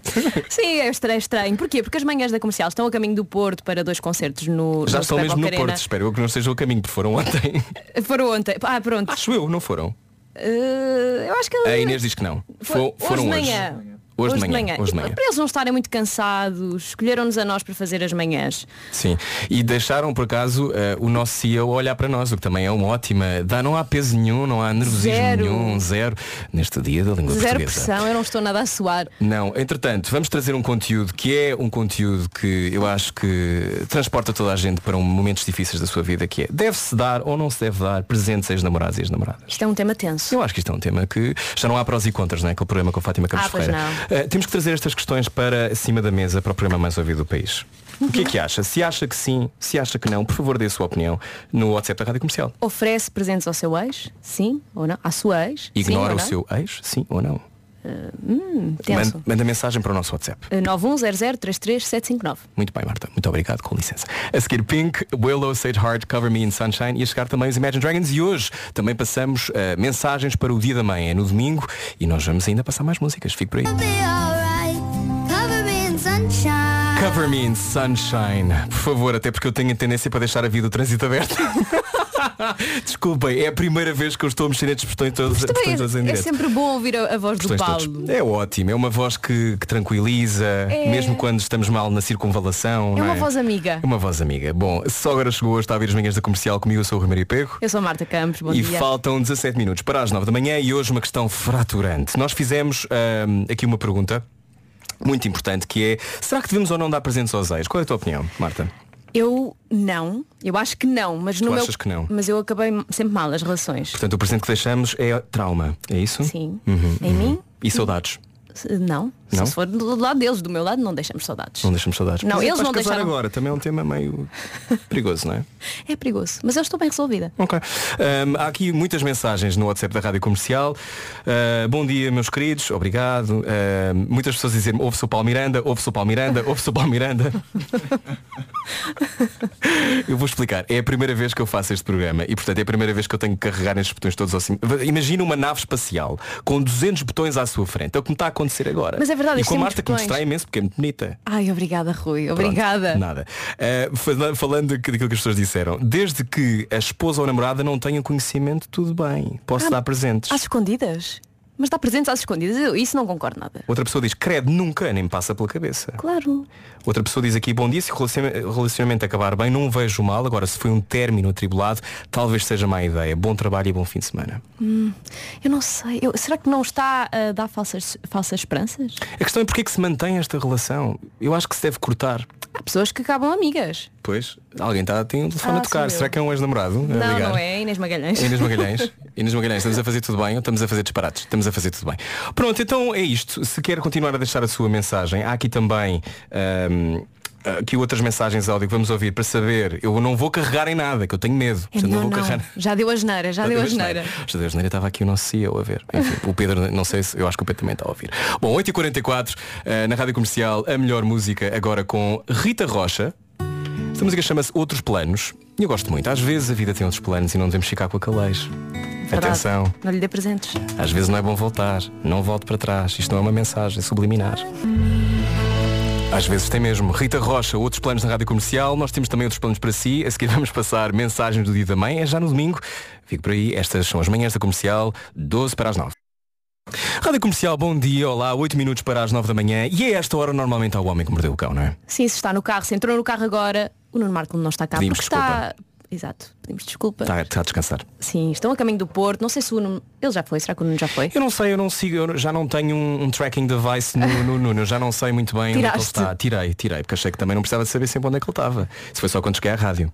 S3: Sim, é estranho, estranho. Porquê? Porque as manhãs da comercial estão a caminho do Porto para dois concertos no
S2: Já
S3: no
S2: estão
S3: Super
S2: mesmo
S3: Boca
S2: no
S3: Arena.
S2: Porto, espero eu que não seja o caminho, porque foram ontem. [laughs]
S3: Foram ontem. Ah, pronto.
S2: Acho eu, não foram.
S3: Eh, eu acho que
S2: A Inês diz que não.
S3: Foi-
S2: Fo- foram
S3: hoje de
S2: hoje.
S3: manhã.
S2: Hoje de manhã, hoje de manhã.
S3: Para eles não estarem muito cansados, escolheram-nos a nós para fazer as manhãs.
S2: Sim. E deixaram, por acaso, eh, o nosso CEO olhar para nós, o que também é uma ótima. Dá, não há peso nenhum, não há nervosismo
S3: Zero.
S2: nenhum, zero. Neste dia da língua
S3: Zero
S2: portuguesa.
S3: pressão, eu não estou nada a suar.
S2: Não, entretanto, vamos trazer um conteúdo que é um conteúdo que eu acho que transporta toda a gente para um momentos difíceis da sua vida, que é deve-se dar ou não se deve dar presentes a ex-namorados e ex-namoradas.
S3: Isto é um tema tenso.
S2: Eu acho que isto é um tema que já não há prós e contras, não é? Aquele programa com a Fátima Campos
S3: Ah, pois
S2: Ferreira. Eh, temos que trazer estas questões para cima da mesa para o programa mais ouvido do país. O que é que acha? Se acha que sim, se acha que não, por favor dê a sua opinião no WhatsApp da Rádio Comercial.
S3: Oferece presentes ao seu ex? Sim ou não? À sua ex?
S2: Ignora o
S3: sim, ou
S2: seu ex, sim ou não?
S3: não?
S2: Man-
S3: Tenso.
S2: manda mensagem para o nosso WhatsApp.
S3: Eh, 910033759.
S2: Muito bem, Marta. Muito obrigado, com licença. A seguir Pink, Willow, Sage Heart, Cover Me in Sunshine e a chegar também os Imagine Dragons. E hoje também passamos eh, mensagens para o Dia da Mãe. É no domingo e nós vamos ainda passar mais músicas. Fique por aí. Cover me in sunshine. Por favor, até porque eu tenho a tendência para deixar a vida do trânsito aberto. [laughs] Desculpem, é a primeira vez que eu estou a mexer nestes botões todos,
S3: Também
S2: botões todos em
S3: é, é
S2: direto.
S3: sempre bom ouvir a, a voz do
S2: Botões
S3: Paulo.
S2: todos. É ótimo, é uma voz que, que tranquiliza, mesmo quando estamos mal na circunvalação.
S3: É
S2: não
S3: uma voz amiga.
S2: É uma voz amiga. Bom, só agora chegou a estar a ouvir as manhãs da comercial comigo, eu sou o Romero Pego.
S3: Eu sou a Marta Campos, bom
S2: E
S3: dia.
S2: faltam 17 minutos para as 9 da manhã e hoje uma questão fraturante. Nós fizemos ahm, aqui uma pergunta muito importante que é será que devemos ou não dar presentes aos ex? Qual é a tua opinião, Marta?
S3: Eu não, eu acho que não, mas no meu.
S2: achas que não?
S3: Mas eu acabei sempre mal as relações.
S2: Portanto, o presente que deixamos é trauma, é isso?
S3: Sim. em mim,
S2: E saudades.
S3: se- não.
S2: uhum. Não?
S3: Se for do lado deles, do meu lado, não deixamos saudades.
S2: Não deixamos saudades.
S3: Não,
S2: Mas é
S3: eles
S2: que vais
S3: não
S2: casar
S3: deixaram.
S2: agora, também é um tema meio perigoso, não é?
S3: É perigoso, mas eu estou bem resolvida.
S2: Ok. Um, há aqui muitas mensagens no WhatsApp da Rádio Comercial. Uh, bom dia, meus queridos. Obrigado. Um, muitas pessoas dizem ouve-se o Paulo Miranda, ouve-se o Paulo Miranda, ouve-se o Paulo
S3: [laughs]
S2: Miranda. eu vou explicar. É a primeira vez que eu faço este programa e, portanto, é a primeira vez que eu tenho que carregar nestes botões todos assim. Imagina uma nave espacial com 200 botões à sua frente. É o que me está a acontecer agora.
S3: Mas é verdade,
S2: E
S3: isto
S2: com a
S3: tem
S2: Marta
S3: muitos
S2: que me
S3: botões.
S2: distrai imenso porque é muito bonita.
S3: Ai, obrigada, Rui.
S2: Pronto,
S3: Obrigada.
S2: nada. Eh, fala- falando que- daquilo que as pessoas disseram, desde
S3: Ah,
S2: que a esposa ou namorada não tenha conhecimento, tudo bem. Posso dar presentes.
S3: Às escondidas? Mas dá presentes às escondidas. Eu isso não concordo nada.
S2: Outra pessoa diz, credo, nunca, nem me passa pela cabeça.
S3: Claro.
S2: Outra pessoa diz aqui, bom dia, se o relaciona- relacionamento acabar bem, não vejo mal. Agora, se foi um término atribulado, talvez seja má ideia. Bom trabalho e bom fim de semana.
S3: Eu não sei. Eu- será que não está a dar falsas, falsas esperanças?
S2: A questão é porque é que se mantém esta relação? Eu acho que se deve cortar.
S3: Há pessoas que acabam amigas.
S2: Pois, alguém tá, tem um telefone
S3: Ah,
S2: a tocar.
S3: sou eu.
S2: Será que é um ex-namorado? a
S3: não,
S2: ligar?
S3: não é. Inês Magalhães.
S2: Inês Magalhães. Inês Magalhães, estamos a fazer tudo bem ou estamos a fazer disparates? Estamos a fazer tudo bem. Pronto, então é isto. Se quer continuar a deixar a sua mensagem, há aqui também ahm, aqui outras mensagens áudio que vamos ouvir para saber. Eu não vou carregar em nada, que eu tenho medo.
S3: É
S2: Portanto, não
S3: melhor
S2: vou
S3: não.
S2: carregar.
S3: Já deu a geneira, já, deu a geneira.
S2: Já deu a geneira, estava aqui o nosso CEO a ver. Enfim, o Pedro, não sei se, eu acho que o Pedro também está a ouvir. Bom, 8h44, eh, na Rádio Comercial, a melhor música agora com Rita Rocha. Esta música chama-se Outros Planos. E eu gosto muito. Às vezes a vida tem outros planos e não devemos ficar com a calejo.
S3: Verdade.
S2: Atenção,
S3: Não lhe dê presentes.
S2: às vezes não é bom voltar. Não volte para trás. Isto não é uma mensagem subliminar. Às vezes tem mesmo. Rita Rocha, outros planos na Rádio Comercial. Nós temos também outros planos para si. A seguir vamos passar mensagens do dia da mãe. É já no domingo. Fico por aí. Estas são as manhãs da Comercial, 12 para as 9. Rádio Comercial, bom dia. Olá, 8 minutos para as 9 da manhã. E a esta hora normalmente há o homem que mordeu o cão, não é?
S3: Sim, se está no carro, se entrou no carro agora, o Nuno Marco não está cá
S2: Pedimos Tá.
S3: porque está. Exato, pedimos desculpa.
S2: Está, está a descansar.
S3: Sim, estão a caminho do Porto. Não sei se o Nuno. Ele já foi, será que o Nuno
S2: [laughs]
S3: já foi?
S2: Eu não sei, eu não sigo, eu já não tenho um, um tracking device no no Nuno, eu já não sei muito bem onde é que ele
S3: Tiraste.
S2: está. Tirei, tirei, porque achei que também não precisava de saber sempre onde é que ele estava. Se foi só quando cheguei à rádio.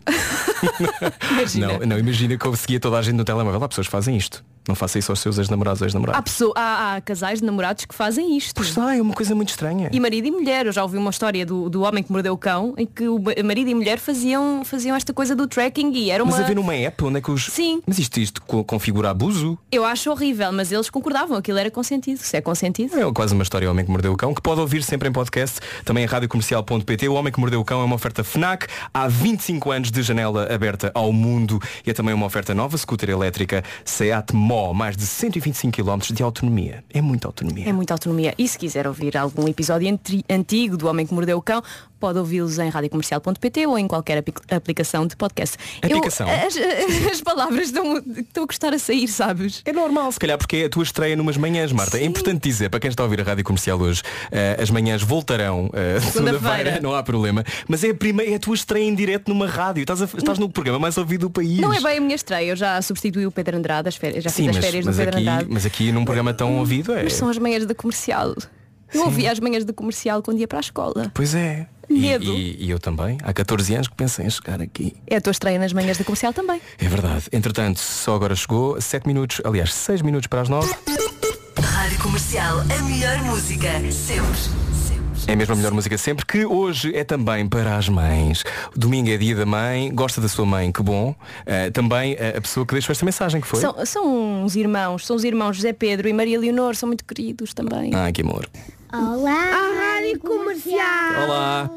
S3: Imagina.
S2: Não, não imagina que eu seguia toda a gente no telemóvel. Há pessoas que fazem isto. Não faça isso aos seus ex-namorados ou
S3: Há,
S2: ex-namoradas.
S3: pessoa, há, há casais de namorados que fazem isto.
S2: Pois está, é uma coisa muito estranha.
S3: E marido e mulher, eu já ouvi uma história do, do homem que mordeu o cão em que o ba- marido e mulher faziam, faziam esta coisa do tracking e era uma.
S2: Mas haver numa app onde é que os.
S3: Sim.
S2: Mas isto, isto co- configura abuso?
S3: Eu acho horrível, mas eles concordavam, aquilo era consentido. Se é consentido.
S2: É quase uma história O Homem que Mordeu o Cão, que pode ouvir sempre em podcast, também em radiocomercial.pt. O Homem que Mordeu o Cão é uma oferta FNAC, há 25 anos de janela aberta ao mundo e é também uma oferta nova, scooter elétrica Seat Mó, mais de 125 km de autonomia. É muita autonomia.
S3: É muita autonomia. E se quiser ouvir algum episódio antri- antigo do Homem que Mordeu o Cão, pode ouvi-los em radiocomercial.pt ou em qualquer api- aplicação de podcast. Eu- eh,
S2: Aplicação?
S3: as, [laughs] as palavras estão, estão a gostar a sair, sabes?
S2: É normal, se calhar, porque é a tua estreia numas manhãs, Marta. É
S3: Sim.
S2: importante dizer, para quem está a ouvir a Rádio Comercial hoje, eh, as manhãs voltarão eh, [laughs]
S3: Segunda-feira.
S2: segunda-feira, não há problema. Mas é a primeira, é a tua estreia em direto numa rádio. Estás, a- estás no programa mais ouvido do país.
S3: Não é bem a minha estreia, eu já substituí o Pedro Andrade, as férias, já
S2: Sim,
S3: fiz as
S2: mas,
S3: férias
S2: mas
S3: do Pedro
S2: aqui,
S3: Andrade.
S2: mas aqui num programa tão ouvido é.
S3: Mas são as manhãs da comercial. Eu ouvi as manhãs da comercial quando ia para a escola.
S2: Pois é.
S3: Medo.
S2: E, e- e eu também. Há 14 anos que pensei em chegar aqui.
S3: É a tua estreia nas manhãs da comercial também.
S2: É verdade. Entretanto, só agora chegou 7 minutos, aliás, 6 minutos para as 9.
S9: Rádio Comercial, a melhor música, sempre. sempre.
S2: É mesmo a melhor música sempre, que hoje é também para as mães. Domingo é dia da mãe, gosta da sua mãe, que bom. Ah, também ah, a pessoa que deixou esta mensagem, que foi.
S3: São, são uns irmãos, são os irmãos José Pedro e Maria Leonor, são muito queridos também.
S2: Ai, que amor.
S7: Olá, é Rádio Comercial.
S2: Olá.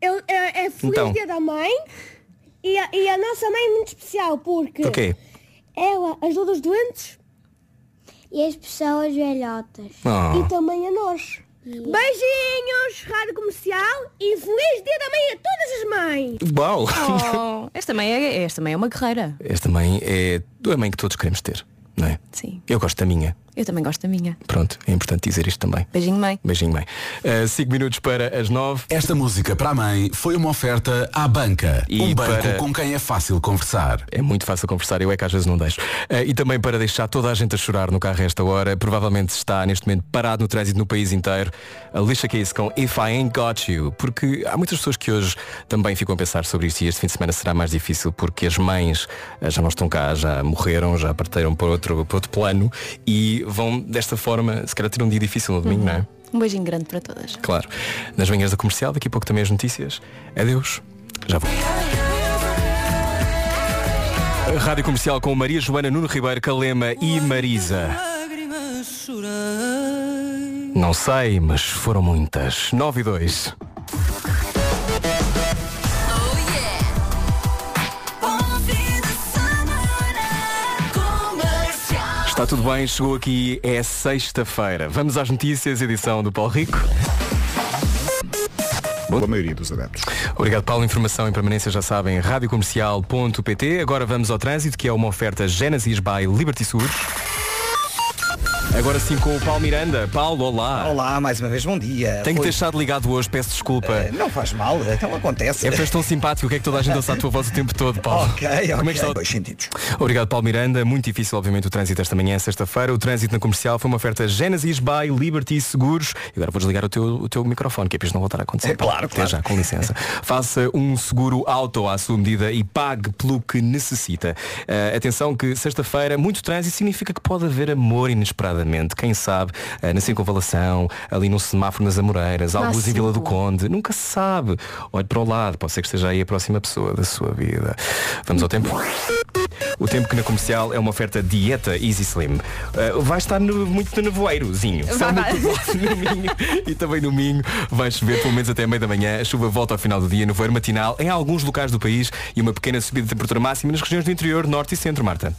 S10: Eu, é, é feliz
S2: Então.
S10: dia da mãe e a, e a nossa mãe é muito especial porque
S2: Porquê?
S10: ela ajuda os doentes
S7: E as pessoas velhotas.
S2: Oh.
S10: e também a nós. Beijinhos, rádio comercial e feliz dia da mãe a todas as mães.
S2: Uau!
S3: Oh, esta, mãe é, esta mãe é uma guerreira.
S2: [laughs] Esta mãe é a mãe que todos queremos ter, não é?
S3: Sim.
S2: Eu gosto da minha.
S3: Eu também gosto da minha.
S2: Pronto, é importante dizer isto também.
S3: Beijinho, mãe.
S2: Beijinho, mãe. 5 minutos para as 9.
S5: Esta música para a mãe foi uma oferta à banca.
S2: E
S5: um banco
S2: para-
S5: com quem é fácil conversar.
S2: É muito fácil conversar, eu é que às vezes não deixo. Eh, e também para deixar toda a gente a chorar no carro a esta hora, provavelmente está neste momento parado no trânsito no país inteiro. A lixa que é isso com If I Ain't Got You, porque há muitas pessoas que hoje também ficam a pensar sobre isto e este fim de semana será mais difícil porque as mães eh, já não estão cá, já morreram, já partiram para outro, para outro plano e vão desta forma, se calhar ter um dia difícil no domingo, não é?
S3: Um beijinho grande para todas.
S2: Claro. Nas manhãs da comercial, daqui a pouco também as notícias. Adeus. Já vou. Rádio Comercial com Maria Joana Nuno Ribeiro Calema e Marisa. Não sei, mas foram muitas. 9 e 2.
S9: Oh yeah! Bom fim de semana, comercial.
S2: Está tudo bem, chegou aqui, é sexta-feira. Vamos às notícias, edição do Paulo Rico.
S6: A maioria dos adeptos.
S2: Obrigado, Paulo. Informação em permanência, já sabem, radiocomercial.pt. Agora vamos ao trânsito, que é uma oferta Genesis by Liberty Seguros. Agora sim com o Paulo Miranda. Paulo, olá.
S1: Olá, mais uma vez, bom dia.
S2: Tenho que
S1: Rui,
S2: deixar de ligado hoje, peço desculpa.
S1: Não faz mal, então acontece.
S2: É porque és tão simpático, o que é que toda a gente ouça a tua voz o tempo todo, Paulo?
S1: [laughs] Ok, ok.
S2: Como é que está? o-
S1: Dois sentidos.
S2: Obrigado, Paulo Miranda. Muito difícil, obviamente, o trânsito esta manhã, sexta-feira. O trânsito na comercial foi uma oferta Genesis by Liberty Seguros. E agora vou desligar o teu, o teu microfone, que é para isto não voltar a acontecer.
S1: É, claro,
S2: Até
S1: claro.
S2: já, com
S1: [laughs]
S2: licença. Faça um seguro auto à sua medida e pague pelo que necessita. Eh, atenção que sexta-feira, muito trânsito significa que pode haver amor inesperadamente. Quem sabe, eh, na circunvalação, ali no semáforo nas Amoreiras,
S11: Na
S2: alguns em Vila do
S11: cinco.
S2: Conde. Nunca se sabe. Olhe para o lado, pode ser que esteja aí a próxima pessoa da sua vida. Vamos ao tempo. O tempo que na comercial é uma oferta dieta Easy Slim. Uh, vai estar no- muito no nevoeirozinho.
S11: Vai,
S2: Só
S11: vai.
S2: muito voto no Minho e também no Minho. Vai chover pelo menos até meia da manhã. A chuva volta ao final do dia, nevoeiro matinal em alguns locais do país e uma pequena subida de temperatura máxima nas regiões do interior, norte e centro, Marta.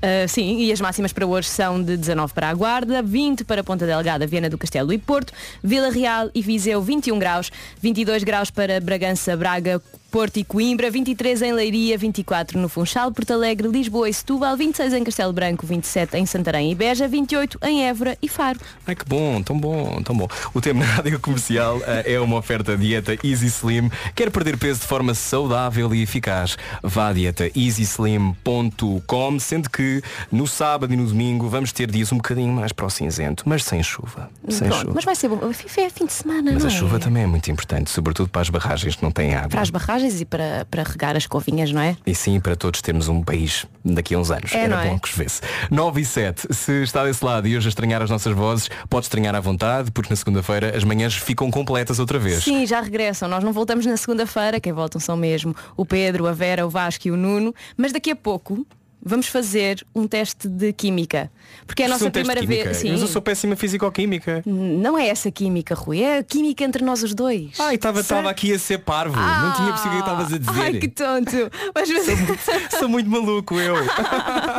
S3: Ah, sim, e as máximas para hoje são de 19 para a Guarda, 20 para Ponta Delgada, Viana do Castelo e Porto, Vila Real e Viseu 21 graus, 22 graus para Bragança, Braga, Porto e Coimbra, 23 em Leiria, 24 no Funchal, Porto Alegre, Lisboa e Setúbal, 26 em Castelo Branco, 27 em Santarém e Beja, 28 em Évora e Faro.
S2: Ai que bom, tão bom, tão bom. O tema na rádio comercial eh, é uma oferta dieta Easy Slim. Quer perder peso de forma saudável e eficaz? Vá a dieta easyslim.com, sendo que no sábado e no domingo vamos ter dias um bocadinho mais para o cinzento, mas sem chuva. Sem
S3: Pronto,
S2: chuva.
S3: mas vai ser bom. É fim de semana,
S2: Mas
S3: não
S2: a
S3: é?
S2: chuva também é muito importante, sobretudo para as barragens que não têm água.
S3: Para as barragens e para, para regar as covinhas, não é?
S2: E sim, para todos termos um país daqui a uns anos.
S3: É,
S2: Era
S3: não é?
S2: bom que chovesse. 9 e 7. Se está desse lado e hoje a estranhar as nossas vozes, pode estranhar à vontade, porque na segunda-feira as manhãs ficam completas outra vez.
S3: Sim, já regressam. Nós não voltamos na segunda-feira, quem voltam são mesmo o Pedro, a Vera, o Vasco e o Nuno, mas daqui a pouco vamos fazer um teste de química. Porque é a
S2: Isto
S3: nossa
S2: um teste de
S3: primeira
S2: química?
S3: vez.
S2: Mas eu sou péssima físico-química.
S3: Não é essa química, Rui, é a química entre nós os dois.
S2: Ai, estava estava aqui a ser parvo. Não tinha percebido o que estavas a dizer.
S3: Ah! Ai,
S2: [laughs]
S3: que tonto. Mas vamos
S2: Sou muito maluco eu. [laughs]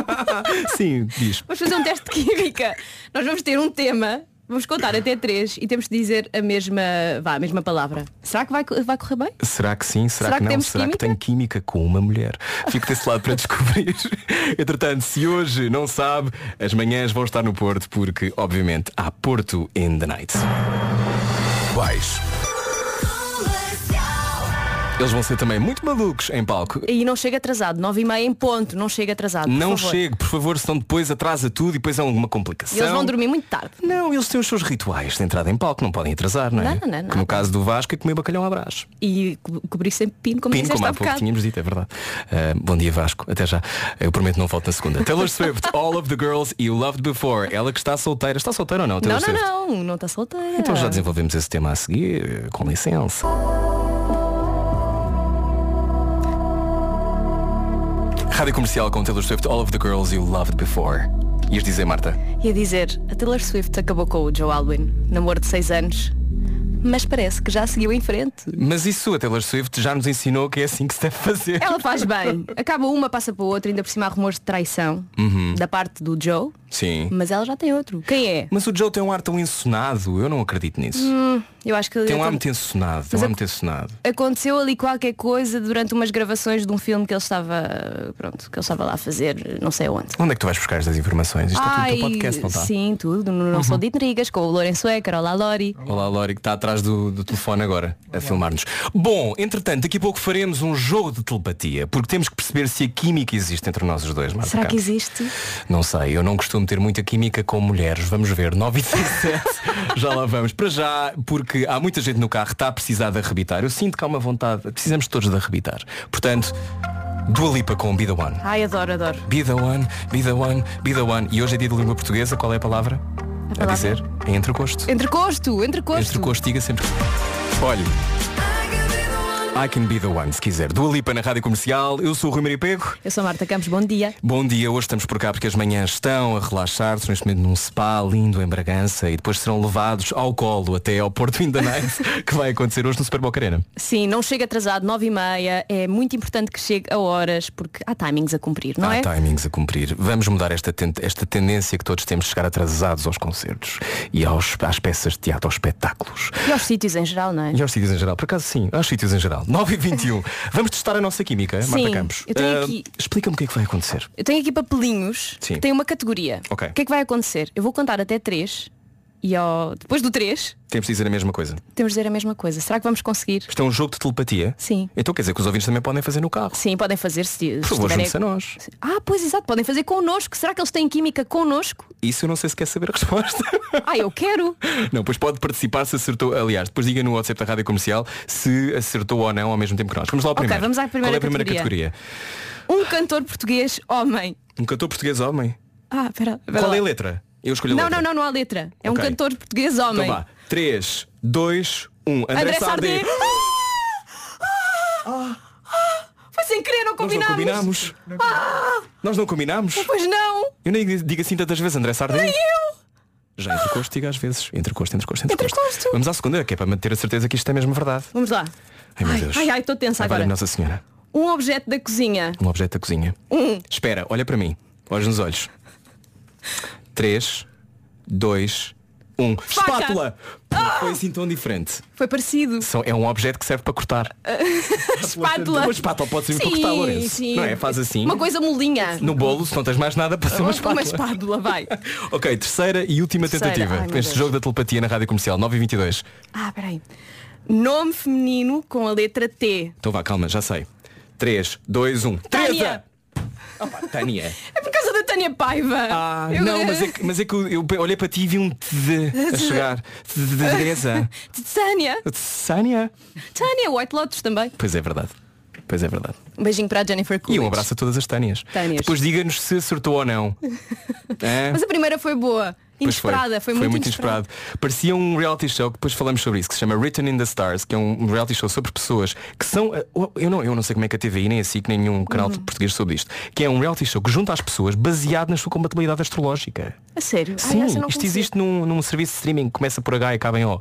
S2: Sim, diz.
S3: [laughs] vamos fazer um teste de química. Nós vamos ter um tema. Vamos contar até três e temos de dizer a mesma, vá, a mesma palavra. Será que vai, co- vai correr bem?
S2: Será que sim? Será, que
S3: Será que
S2: não?
S3: temos
S2: Será que tem química com uma mulher? Fico desse lado para descobrir. [laughs] Entretanto, se hoje não sabe, as manhãs vão estar no Porto, porque, obviamente, há Porto in the night. Quais? Eles vão ser também muito malucos em palco.
S3: E não chega atrasado, nove e meia em ponto, não chega atrasado. por
S2: Não
S3: favor.
S2: chegue, por favor, senão depois atrasa tudo e depois há alguma complicação.
S3: E eles vão dormir muito tarde.
S2: Não, eles têm os seus rituais de entrada em palco, não podem atrasar, não é?
S3: Não, não, não.
S2: Que no caso do Vasco é comer bacalhau à brás.
S3: E co- cobrir sempre pino, como
S2: Pino,
S3: disseste
S2: como
S3: há
S2: há pouco
S3: bocado.
S2: tínhamos dito, é verdade. Ah, bom dia Vasco, até já. Eu prometo não volto na segunda. Taylor
S3: [laughs]
S2: Swift, All of the Girls e Loved Before. Ela que está solteira. Está solteira ou não, Taylor
S3: Não, não,
S2: Swift?
S3: não, não está solteira.
S2: Então já desenvolvemos esse tema a seguir, eh, com licença. Rádio Comercial com Taylor Swift, All of the Girls You Loved Before. Ias dizer, Marta?
S3: E a dizer, a Taylor Swift acabou com o Joe Alwyn, namoro de seis anos, mas parece que já seguiu em frente.
S2: Mas isso, a Taylor Swift já nos ensinou que é assim que se deve fazer.
S3: Ela faz bem. Acaba uma, passa para a outra, ainda por cima há rumores de traição
S2: Uhum.
S3: da parte do Joe,
S2: Sim.
S3: mas ela já tem outro. Quem é?
S2: Mas o Joe tem um ar tão ensunado, eu não acredito nisso.
S3: Hum, eu acho que
S2: Tem um ar muito ensunado, tem
S3: Mas é
S2: um
S3: a-
S2: ar muito ensunado.
S3: aconteceu ali qualquer coisa durante umas gravações de um filme que ele estava, pronto, que ele estava lá a fazer, não sei onde.
S2: Onde é que tu vais buscar estas informações? Isto está tudo no
S3: Ai,
S2: teu podcast, não tá? está?
S3: Sim, tudo. No Não
S2: Uhum.
S3: Sou de Intrigas, com o Lourenço Ecker, olá Lori.
S2: Olá, Lori, que está atrás do, do telefone agora, a filmar-nos. Bom, entretanto, daqui a pouco faremos um jogo de telepatia, porque temos que perceber se a química existe entre nós os dois, Marta
S3: Será que
S2: Campos.
S3: existe?
S2: Não sei, eu não costumo ter muita química com mulheres. Vamos ver, 9 e 17.
S3: [laughs]
S2: já lá vamos. Para já, porque há muita gente no carro que está a precisar de arrebitar. Eu sinto que há uma vontade, precisamos todos de arrebitar. Portanto, Dua Lipa com Be The One.
S3: Ai, adoro, adoro.
S2: Be the one, be the one, be the one. E hoje é dia de língua portuguesa, qual é a palavra?
S3: A
S2: A
S3: palavra-
S2: dizer? É entrecosto.
S3: Entrecosto, entrecosto.
S2: Entrecosto, diga sempre. Olha. I can be the one, se quiser. Dua Lipa na Rádio Comercial, eu sou o Rui Maria Pego.
S3: Eu sou a Marta Campos, bom dia.
S2: Bom dia, hoje estamos por cá porque as manhãs estão a relaxar, estão neste momento num spa lindo em Bragança e depois serão levados ao colo até ao Porto in the Night, [laughs] que vai acontecer hoje no Super Boca Arena.
S3: Sim, não chega atrasado, nove e meia. É muito importante que chegue a horas, porque há timings a cumprir, não
S2: Há
S3: é?
S2: timings a cumprir. Vamos mudar esta, ten- esta tendência que todos temos de chegar atrasados aos concertos e aos, às peças de teatro, aos espetáculos.
S3: E aos sítios em geral, não é?
S2: E aos sítios em geral, por acaso sim, aos sítios em geral. 9 e
S3: [laughs]
S2: 21. Vamos testar a nossa química, Marta
S3: Sim,
S2: Campos.
S3: eu tenho
S2: Ah,
S3: aqui-
S2: Explica-me o que é que vai acontecer.
S3: Eu tenho aqui papelinhos
S2: Sim.
S3: que tem uma categoria.
S2: Ok.
S3: O que é que vai acontecer? Eu vou contar até três e ao... depois do três
S2: Temos de dizer a mesma coisa.
S3: temos de dizer a mesma coisa. Será que vamos conseguir?
S2: Isto é um jogo de telepatia?
S3: Sim.
S2: Então quer dizer que os ouvintes também podem fazer no carro.
S3: Sim, podem fazer se,
S2: Por
S3: se
S2: favor,
S3: tiverem-
S2: junte-se a nós.
S3: Ah, pois exato, podem fazer connosco. Será que eles têm química connosco?
S2: Isso eu não sei se quer saber a resposta. [laughs]
S3: Ah, eu quero.
S2: Não, pois pode participar se acertou. Aliás, depois diga no WhatsApp da Rádio Comercial se acertou ou não ao mesmo tempo que nós. Vamos lá ao
S3: Ok,
S2: primeiro.
S3: vamos à primeira
S2: Qual é a primeira
S3: categoria.
S2: categoria?
S3: Um cantor português homem.
S2: Um cantor português homem.
S3: Ah, pera. pera
S2: Qual
S3: lá.
S2: é a letra? Eu escolhi a
S3: Não,
S2: letra.
S3: não, não, não há letra. É um
S2: Ok.
S3: cantor português homem.
S2: Então vá. 3, 2, 1. André,
S3: André
S2: Sardé.
S3: Sardé. Ah! Ah! Foi sem querer, não
S2: Nós não
S3: combinámos.
S2: combinámos.
S3: Ah!
S2: Nós não combinámos.
S3: Pois não.
S2: Eu nem digo assim tantas vezes André Sardé.
S3: Nem eu.
S2: Já entrecosto, diga às vezes. Entrecosto, entrecosto, entrecosto.
S3: Entrecosto.
S2: Vamos à segunda, que é para manter a certeza que isto é mesmo verdade.
S3: Vamos lá.
S2: Ai, meu
S3: Ai,
S2: Deus.
S3: ai, ai, estou tensa
S2: Ai, valha-me
S3: agora.
S2: Nossa Senhora.
S3: Um objeto da cozinha.
S2: Um objeto da cozinha.
S3: Um.
S2: Espera, olha para mim. Olhos nos olhos. 3, 2, 1.
S3: Faca. Ah!
S2: Espátula! Foi assim tão diferente.
S3: Foi parecido.
S2: São- É um objeto que serve para cortar.
S3: espátula.
S2: Uma espátula pode servir para
S3: Sim,
S2: cortar, Lourenço.
S3: sim.
S2: Não é? Faz assim.
S3: Uma coisa molinha.
S2: No bolo, se não tens mais nada, passa uma
S3: Vamos com
S2: espátula.
S3: uma espátula, vai.
S2: Ok, terceira e última
S3: Terceira. Ai,
S2: tentativa.
S3: meu
S2: este
S3: Deus.
S2: jogo da telepatia na rádio comercial, 9 e 22.
S3: Ah, peraí. Nome feminino com a letra T.
S2: Então vá, calma, já sei. 3, 2, 1.
S3: Tânia. [laughs]
S2: Tânia.
S3: É por causa da Tânia Paiva.
S2: Ah, não, mas é que, mas é que eu, eu olhei para ti e vi um td a chegar. Tdreza.
S3: [laughs] Tânia.
S2: Tânia.
S3: Tânia White Lotus também.
S2: Pois é verdade. Pois é verdade.
S3: Um beijinho para a Jennifer
S2: E
S3: Coolidge.
S2: um abraço a todas as Tânias.
S3: Tânias.
S2: Depois diga-nos se acertou ou
S3: [laughs]
S2: não. Hã?
S3: Mas a primeira foi boa.
S2: Pois foi.
S3: Inesperada, foi, muito inesperada.
S2: Parecia um reality show que depois falamos sobre isso, que se chama Written in the Stars, que é um reality show sobre pessoas que são. eh, Eu não, eu não sei como é que a TVI, nem a SIC, nem nenhum canal
S3: Uhum.
S2: português sobre isto, que é um reality show que junta as pessoas baseado na sua compatibilidade astrológica.
S3: A sério? Ai,
S2: Sim,
S3: Ah, essa eu
S2: isto
S3: não conhecia.
S2: existe num, num serviço de streaming que começa por H e acaba em O.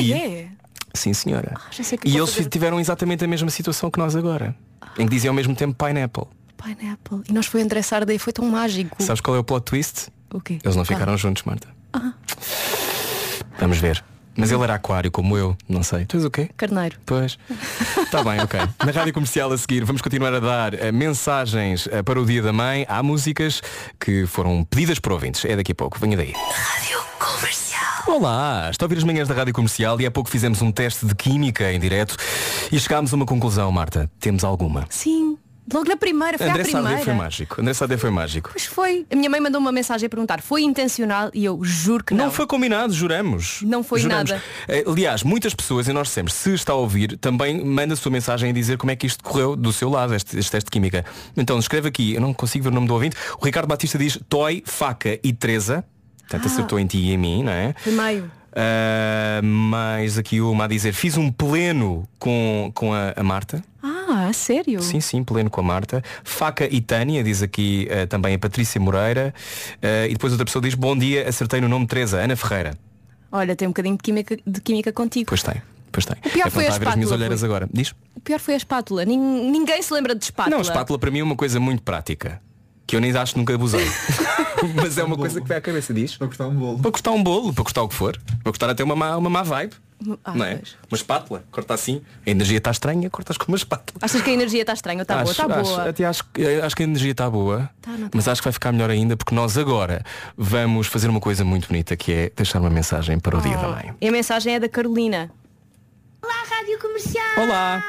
S2: e,
S3: Ah, é? Ah,
S2: Sim, senhora.
S3: já sei o que
S2: e
S3: vou
S2: eles
S3: fazer.
S2: tiveram exatamente a mesma situação que nós agora, em que dizem ao mesmo tempo pineapple.
S3: Pineapple. E nós foi André Sardé e foi tão mágico.
S2: Sabes qual é o plot twist?
S3: O quê?
S2: Eles não
S3: Qual?
S2: ficaram juntos, Marta.
S3: Ah.
S2: Vamos ver. Mas ele era aquário, como eu, não sei. Tu és o quê?
S3: Carneiro.
S2: Pois. Está bem, ok. Na rádio comercial a seguir, vamos continuar a dar eh, mensagens eh, para o Dia da Mãe. Há músicas que foram pedidas por ouvintes. É daqui a pouco. Venha daí.
S9: Rádio Comercial.
S2: Olá, estou a ouvir as manhãs da Rádio Comercial e há pouco fizemos um teste de química em direto e chegámos a uma conclusão, Marta. Temos alguma.
S3: Sim. Logo na primeira, foi
S2: André
S3: a primeira.
S2: Sade foi mágico. André Sade foi mágico.
S3: Pois foi. A minha mãe mandou uma mensagem a perguntar. Foi intencional e eu juro que não.
S2: Não foi combinado, juramos.
S3: Não foi
S2: Juramos.
S3: nada.
S2: Eh, Aliás, muitas pessoas, e nós sempre, se está a ouvir, também manda a sua mensagem a dizer como é que isto correu do seu lado, este, este teste de química. Então, escreve aqui, eu não consigo ver o nome do ouvinte. O Ricardo Batista diz Toy, Faca e Teresa. Portanto,
S3: Ah.
S2: acertou em ti e em mim, não é?
S3: Primeiro.
S2: Ah, mais aqui uma a dizer, fiz um pleno com, com a, a Marta.
S3: Ah, a sério?
S2: Sim, sim, pleno com a Marta. Faca e Tânia, diz aqui eh, também a Patrícia Moreira. Eh, e depois outra pessoa diz, bom dia, acertei no nome de Teresa, Ana Ferreira.
S3: Olha, tem um bocadinho de química, de química contigo.
S2: Pois tem, pois tem.
S3: pior
S2: é
S3: foi
S2: para estar a ver
S3: a
S2: as minhas
S3: espátula,
S2: olheiras
S3: Rui.
S2: agora. Diz?
S3: O pior foi a espátula. Nin- ninguém se lembra de espátula.
S2: Não, espátula para mim é uma coisa muito prática. Que eu nem acho que nunca [laughs] abusei. Mas é uma coisa que vai à cabeça, diz? Para cortar um bolo. Para cortar um bolo, para cortar o que for. Para cortar até uma má, uma má vibe.
S3: Ah,
S2: não é?
S3: pois.
S2: Uma espátula, corta assim. A energia está estranha, cortas com uma espátula.
S3: Achas que a energia está estranha? Está Tá boa,
S2: Acho-
S3: está
S2: acho-
S3: boa.
S2: Até acho, que- acho que a energia está boa.
S3: Tá, não tá.
S2: Mas acho que vai ficar melhor ainda porque nós agora vamos fazer uma coisa muito bonita que é deixar uma mensagem para o dia da mãe.
S3: E a mensagem é da Carolina.
S11: Olá, Rádio Comercial!
S2: Olá.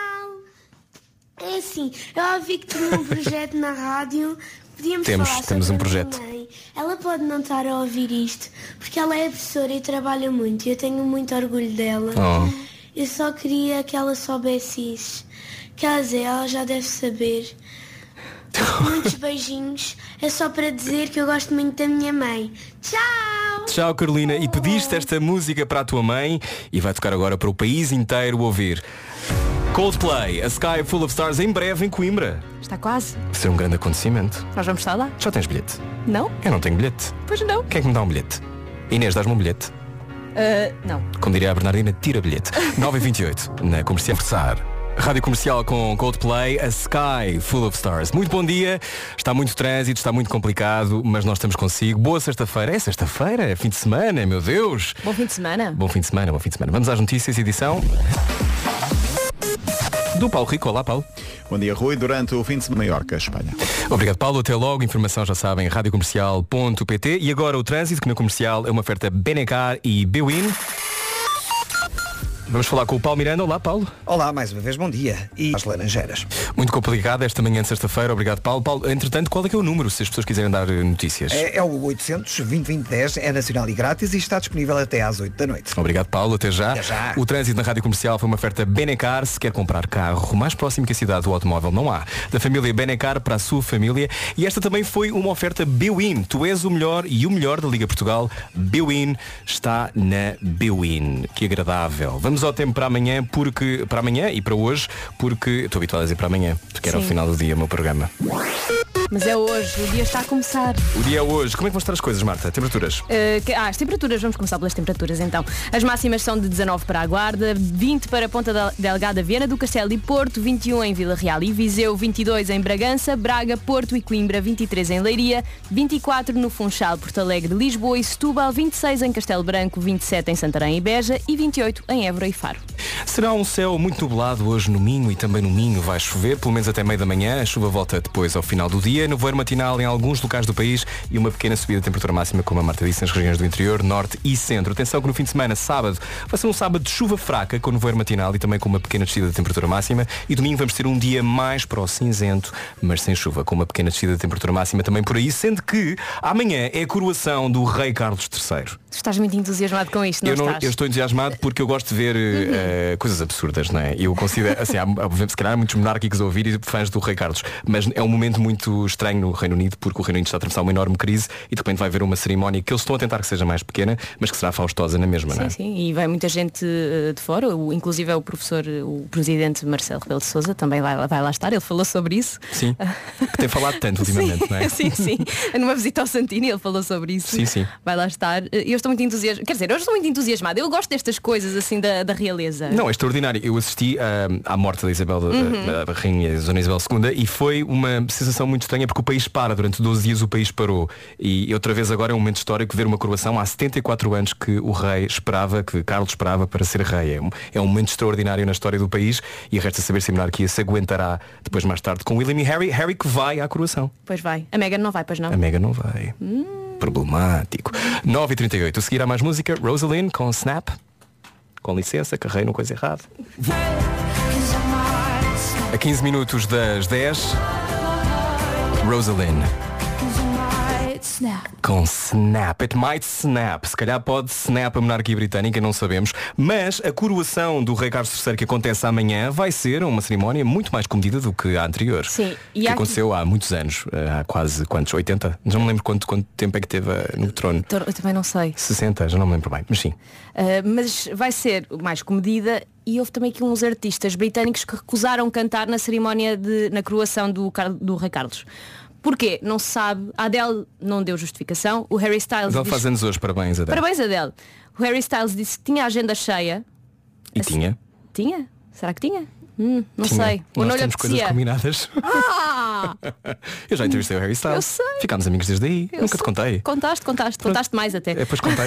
S11: É assim, eu ouvi que tinha um projeto na rádio. Podíamos
S2: Temos-
S11: falar
S2: temos um
S11: sobre a minha
S2: projeto.
S11: mãe. Ela pode não estar a ouvir isto, porque ela é professora e trabalha muito. e Eu tenho muito orgulho dela.
S2: Oh.
S11: Eu só queria que ela soubesse isso. Quer dizer, ela já deve saber.
S2: [laughs]
S11: Muitos beijinhos. É só para dizer que eu gosto muito da minha mãe. Tchau!
S2: Tchau Carolina, e pediste esta música para a tua mãe e vai tocar agora para o país inteiro ouvir. Coldplay, A Sky Full of Stars em breve em Coimbra.
S3: Está quase.
S2: Vai ser um grande acontecimento.
S3: Nós vamos estar lá?
S2: Já tens bilhete?
S3: Não?
S2: Eu não tenho bilhete.
S3: Pois não.
S2: Quem é que me dá um bilhete? Inês, dás-me um bilhete.
S3: Ah, não.
S2: Como diria a Bernardina, tira bilhete. 9h28, na comercial. Conversar. Rádio Comercial com Coldplay, a Sky Full of Stars. Muito bom dia, está muito trânsito, está muito complicado, mas nós estamos consigo. Boa sexta-feira, é sexta-feira, é fim de semana, meu Deus.
S3: Bom fim de semana.
S2: Bom fim de semana, bom fim de semana. Vamos às notícias, edição. do Paulo Rico. Olá, Paulo.
S6: Bom dia, Rui. Durante o fim de semana, Maiorca, Espanha.
S2: Obrigado, Paulo. Até logo. Informação já sabem, radiocomercial.pt. E agora o trânsito, que na comercial é uma oferta Benecar e Bewin. Vamos falar com o Paulo Miranda. Olá, Paulo.
S1: Olá, mais uma vez, bom dia. E as laranjeiras.
S2: Muito complicado esta manhã de sexta-feira. Obrigado, Paulo. Paulo, entretanto, qual é que é o número, se as pessoas quiserem dar eh, notícias?
S1: É, é o 800 2010 é nacional e grátis e está disponível até às 8 da noite.
S2: Obrigado, Paulo. Até já.
S1: Até já.
S2: O trânsito na Rádio Comercial foi uma oferta Benecar. Se quer comprar carro, mais próximo que a cidade do automóvel não há. Da família Benecar para a sua família. E esta também foi uma oferta Bewin. Tu és o melhor e o melhor da Liga Portugal. Bewin está na Bewin. Que agradável. Vamos ao tempo para amanhã, porque para amanhã e para hoje, porque estou habituado a dizer para amanhã, porque era ao
S3: Sim.
S2: final do dia o meu programa.
S3: Mas é hoje, o dia está a começar.
S2: O dia é hoje. Como é que vão estar as coisas, Marta? Temperaturas?
S3: Uh, que- ah, as temperaturas, vamos começar pelas temperaturas então. As máximas são de 19 para a Guarda, 20 para a Ponta Del- Delgada, Viana do Castelo e Porto, 21 em Vila Real e Viseu, 22 em Bragança, Braga, Porto e Coimbra, 23 em Leiria, 24 no Funchal, Porto Alegre, Lisboa e Setúbal, 26 em Castelo Branco, 27 em Santarém e Beja e 28 em Évora e Faro.
S2: Será um céu muito nublado hoje no Minho e também no Minho vai chover, pelo menos até meio da manhã. A chuva volta depois ao final do dia. Nevoeiro matinal em alguns locais do país e uma pequena subida de temperatura máxima, como a Marta disse, nas regiões do interior, norte e centro. Atenção que no fim de semana, sábado, vai ser um sábado de chuva fraca com nevoeiro matinal e também com uma pequena descida de temperatura máxima. E domingo vamos ter um dia mais para o cinzento, mas sem chuva, com uma pequena descida de temperatura máxima também por aí, sendo que amanhã é a coroação do Rei Carlos III.
S3: Tu estás muito entusiasmado com isto, não,
S2: Eu, não-
S3: estás? Uhum.
S2: eu estou entusiasmado porque eu gosto de ver eh, eh, coisas absurdas, não é? Eu considero, assim, há, há, se calhar há muitos monárquicos a ouvir e fãs do Rei Carlos, mas é um momento muito estranho no Reino Unido porque o Reino Unido está a atravessar uma enorme crise e de repente vai haver uma cerimónia que eles estão a tentar que seja mais pequena, mas que será faustosa na mesma, não é?
S3: Sim, sim, e vai muita gente eh, de fora, o- inclusive é o professor, eh, o presidente Marcelo Rebelo de Souza também vai, lá- vai lá estar, ele falou sobre isso.
S2: Sim. Que tem falado tanto ultimamente, não é?
S3: [laughs] sim, sim. Numa visita ao Santini ele falou sobre isso.
S2: Sim, sim.
S3: Vai lá estar. Eh, Eu estou muito entusiasmada. Quer dizer, eu estou muito entusiasmada. Eu gosto destas coisas assim da, da realeza.
S2: Não, é extraordinário. Eu assisti ah, à morte da Isabel, da-
S3: Uhum.
S2: da, da Rainha Zona Isabel II, e foi uma sensação muito estranha porque o país para. Durante 12 dias o país parou. E outra vez agora é um momento histórico ver uma coroação há 74 anos que o rei esperava, que Carlos esperava para ser rei. É um, é um momento extraordinário na história do país e resta saber se a monarquia se aguentará depois mais tarde com William e Harry. Harry que vai à coroação.
S3: Pois vai. A Megan não vai, pois não.
S2: A Mega não vai. Problemático. 9h38. A seguir há mais música. Rosaline com Snap. Com licença, carrei no coisa errada. A 15 minutos das 10. Rosaline com Snap. It might snap. Se calhar pode snap a monarquia britânica, não sabemos. Mas a coroação do Rei Carlos III que acontece amanhã vai ser uma cerimónia muito mais comedida do que a anterior.
S3: Sim, e
S2: que
S3: há-
S2: aconteceu há muitos anos, eh, há quase quantos? 80? Já não me lembro quanto, quanto tempo é que teve eh, no trono.
S3: Tor- Então, Eu também não sei.
S2: 60, já não me lembro bem, mas sim.
S3: Uh, mas vai ser mais comedida e houve também aqui uns artistas britânicos que recusaram cantar na cerimónia de, na coroação do, Car- do Rei Carlos. Porquê? Não se sabe. A Adele não deu justificação. O Harry Styles
S2: Ele
S3: disse-
S2: faz anos hoje, parabéns a
S3: Parabéns, Adele. O Harry Styles disse que tinha a agenda cheia.
S2: E tinha.
S3: Tinha? Será que tinha? Hum, não
S2: Tinha.
S3: sei. Ou
S2: Nós
S3: não lhe
S2: temos coisas
S3: apetecia.
S2: combinadas.
S3: Ah!
S2: [laughs] Eu já entrevistei o Harry Styles.
S3: Eu sei.
S2: Ficámos amigos desde aí.
S3: Eu
S2: Nunca te
S3: sei.
S2: contei.
S3: Contaste, contaste, contaste mais até.
S2: É, pois
S3: [laughs]
S2: contei.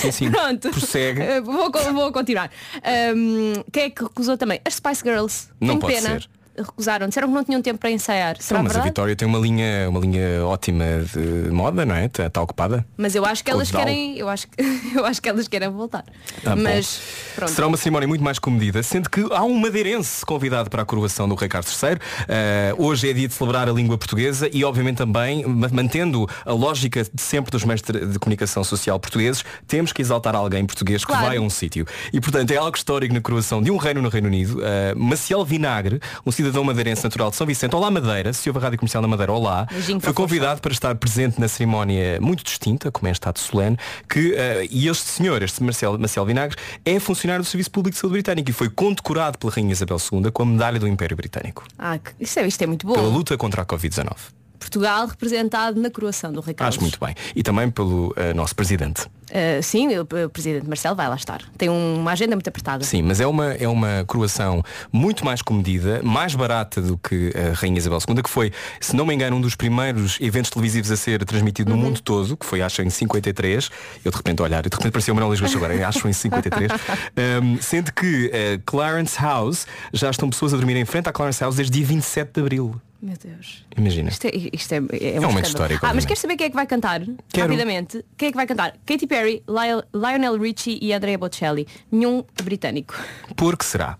S2: sim, sim.
S3: Pronto.
S2: Prossegue.
S3: Eh, Vou, co- vou continuar. Ahm, quem é que recusou também? As Spice Girls.
S2: Não
S3: Tenho
S2: pode
S3: pena.
S2: ser.
S3: Recusaram. Disseram que não tinham tempo para ensaiar. Será
S2: Não, Então, mas a
S3: verdade?
S2: Vitória tem uma linha, uma linha ótima de moda, não é? Está tá ocupada.
S3: Mas eu acho que
S2: Ou
S3: elas
S2: Dal.
S3: querem. Eu acho, que- [laughs] eu acho que elas querem voltar.
S2: Ah, bom.
S3: mas pronto.
S2: Será um uma cerimónia muito mais comedida, sendo que há um madeirense convidado para a coroação do Rei Carlos III. Eh, hoje é dia de celebrar a língua portuguesa e, obviamente, também, ma- mantendo a lógica de sempre dos meios de de comunicação social portugueses, temos que exaltar alguém português que
S12: Claro.
S2: vai a um sítio. E, portanto, é algo histórico na coroação de um reino no Reino Unido. Eh, Maciel Vinagre, um cidadão madeirense natural de São Vicente, olá Madeira, se houve a Rádio Comercial na Madeira, olá,
S12: Beijinho para
S2: foi
S12: a Fofo.
S2: convidado convidado para estar presente na cerimónia muito distinta, como é em estado solene, que, eh, e este senhor, este Marcelo, Marcelo Vinagre, é funcionário do Serviço Público de Saúde Britânico e foi condecorado pela Rainha Isabel II com a medalha do Império Britânico,
S3: Ah, que- isto, é, isto é muito bom.
S2: pela luta contra a Covid-19.
S3: Portugal representado na coroação do Rei Carlos.
S2: Acho muito bem. E também pelo eh, nosso presidente.
S3: Eh, sim, o, o presidente Marcelo vai lá estar. Tem uma agenda muito apertada.
S2: Sim, mas é uma, é uma coroação muito mais comedida, mais barata do que a Rainha Isabel II, que foi, se não me engano, um dos primeiros eventos televisivos a ser transmitido no mundo todo, que foi, acho, em 53. Eu de repente olhar, eu de repente parecia o Manuel Lisboa agora, acho em 53. Ahm, sendo que eh, Clarence House, já estão pessoas a dormir em frente à Clarence House desde dia 27 de Abril.
S3: Meu Deus.
S2: Imagina.
S3: Isto é, isto é,
S2: É
S3: é,
S2: um
S3: um
S2: momento
S3: escândalo.
S2: histórico,
S3: Ah, mas
S2: obviamente.
S3: queres saber quem é que vai cantar? Rapidamente. Quem é que vai cantar? Katy Perry, Lyle- Lionel Richie e Andrea Bocelli. Nenhum britânico.
S2: Por que será?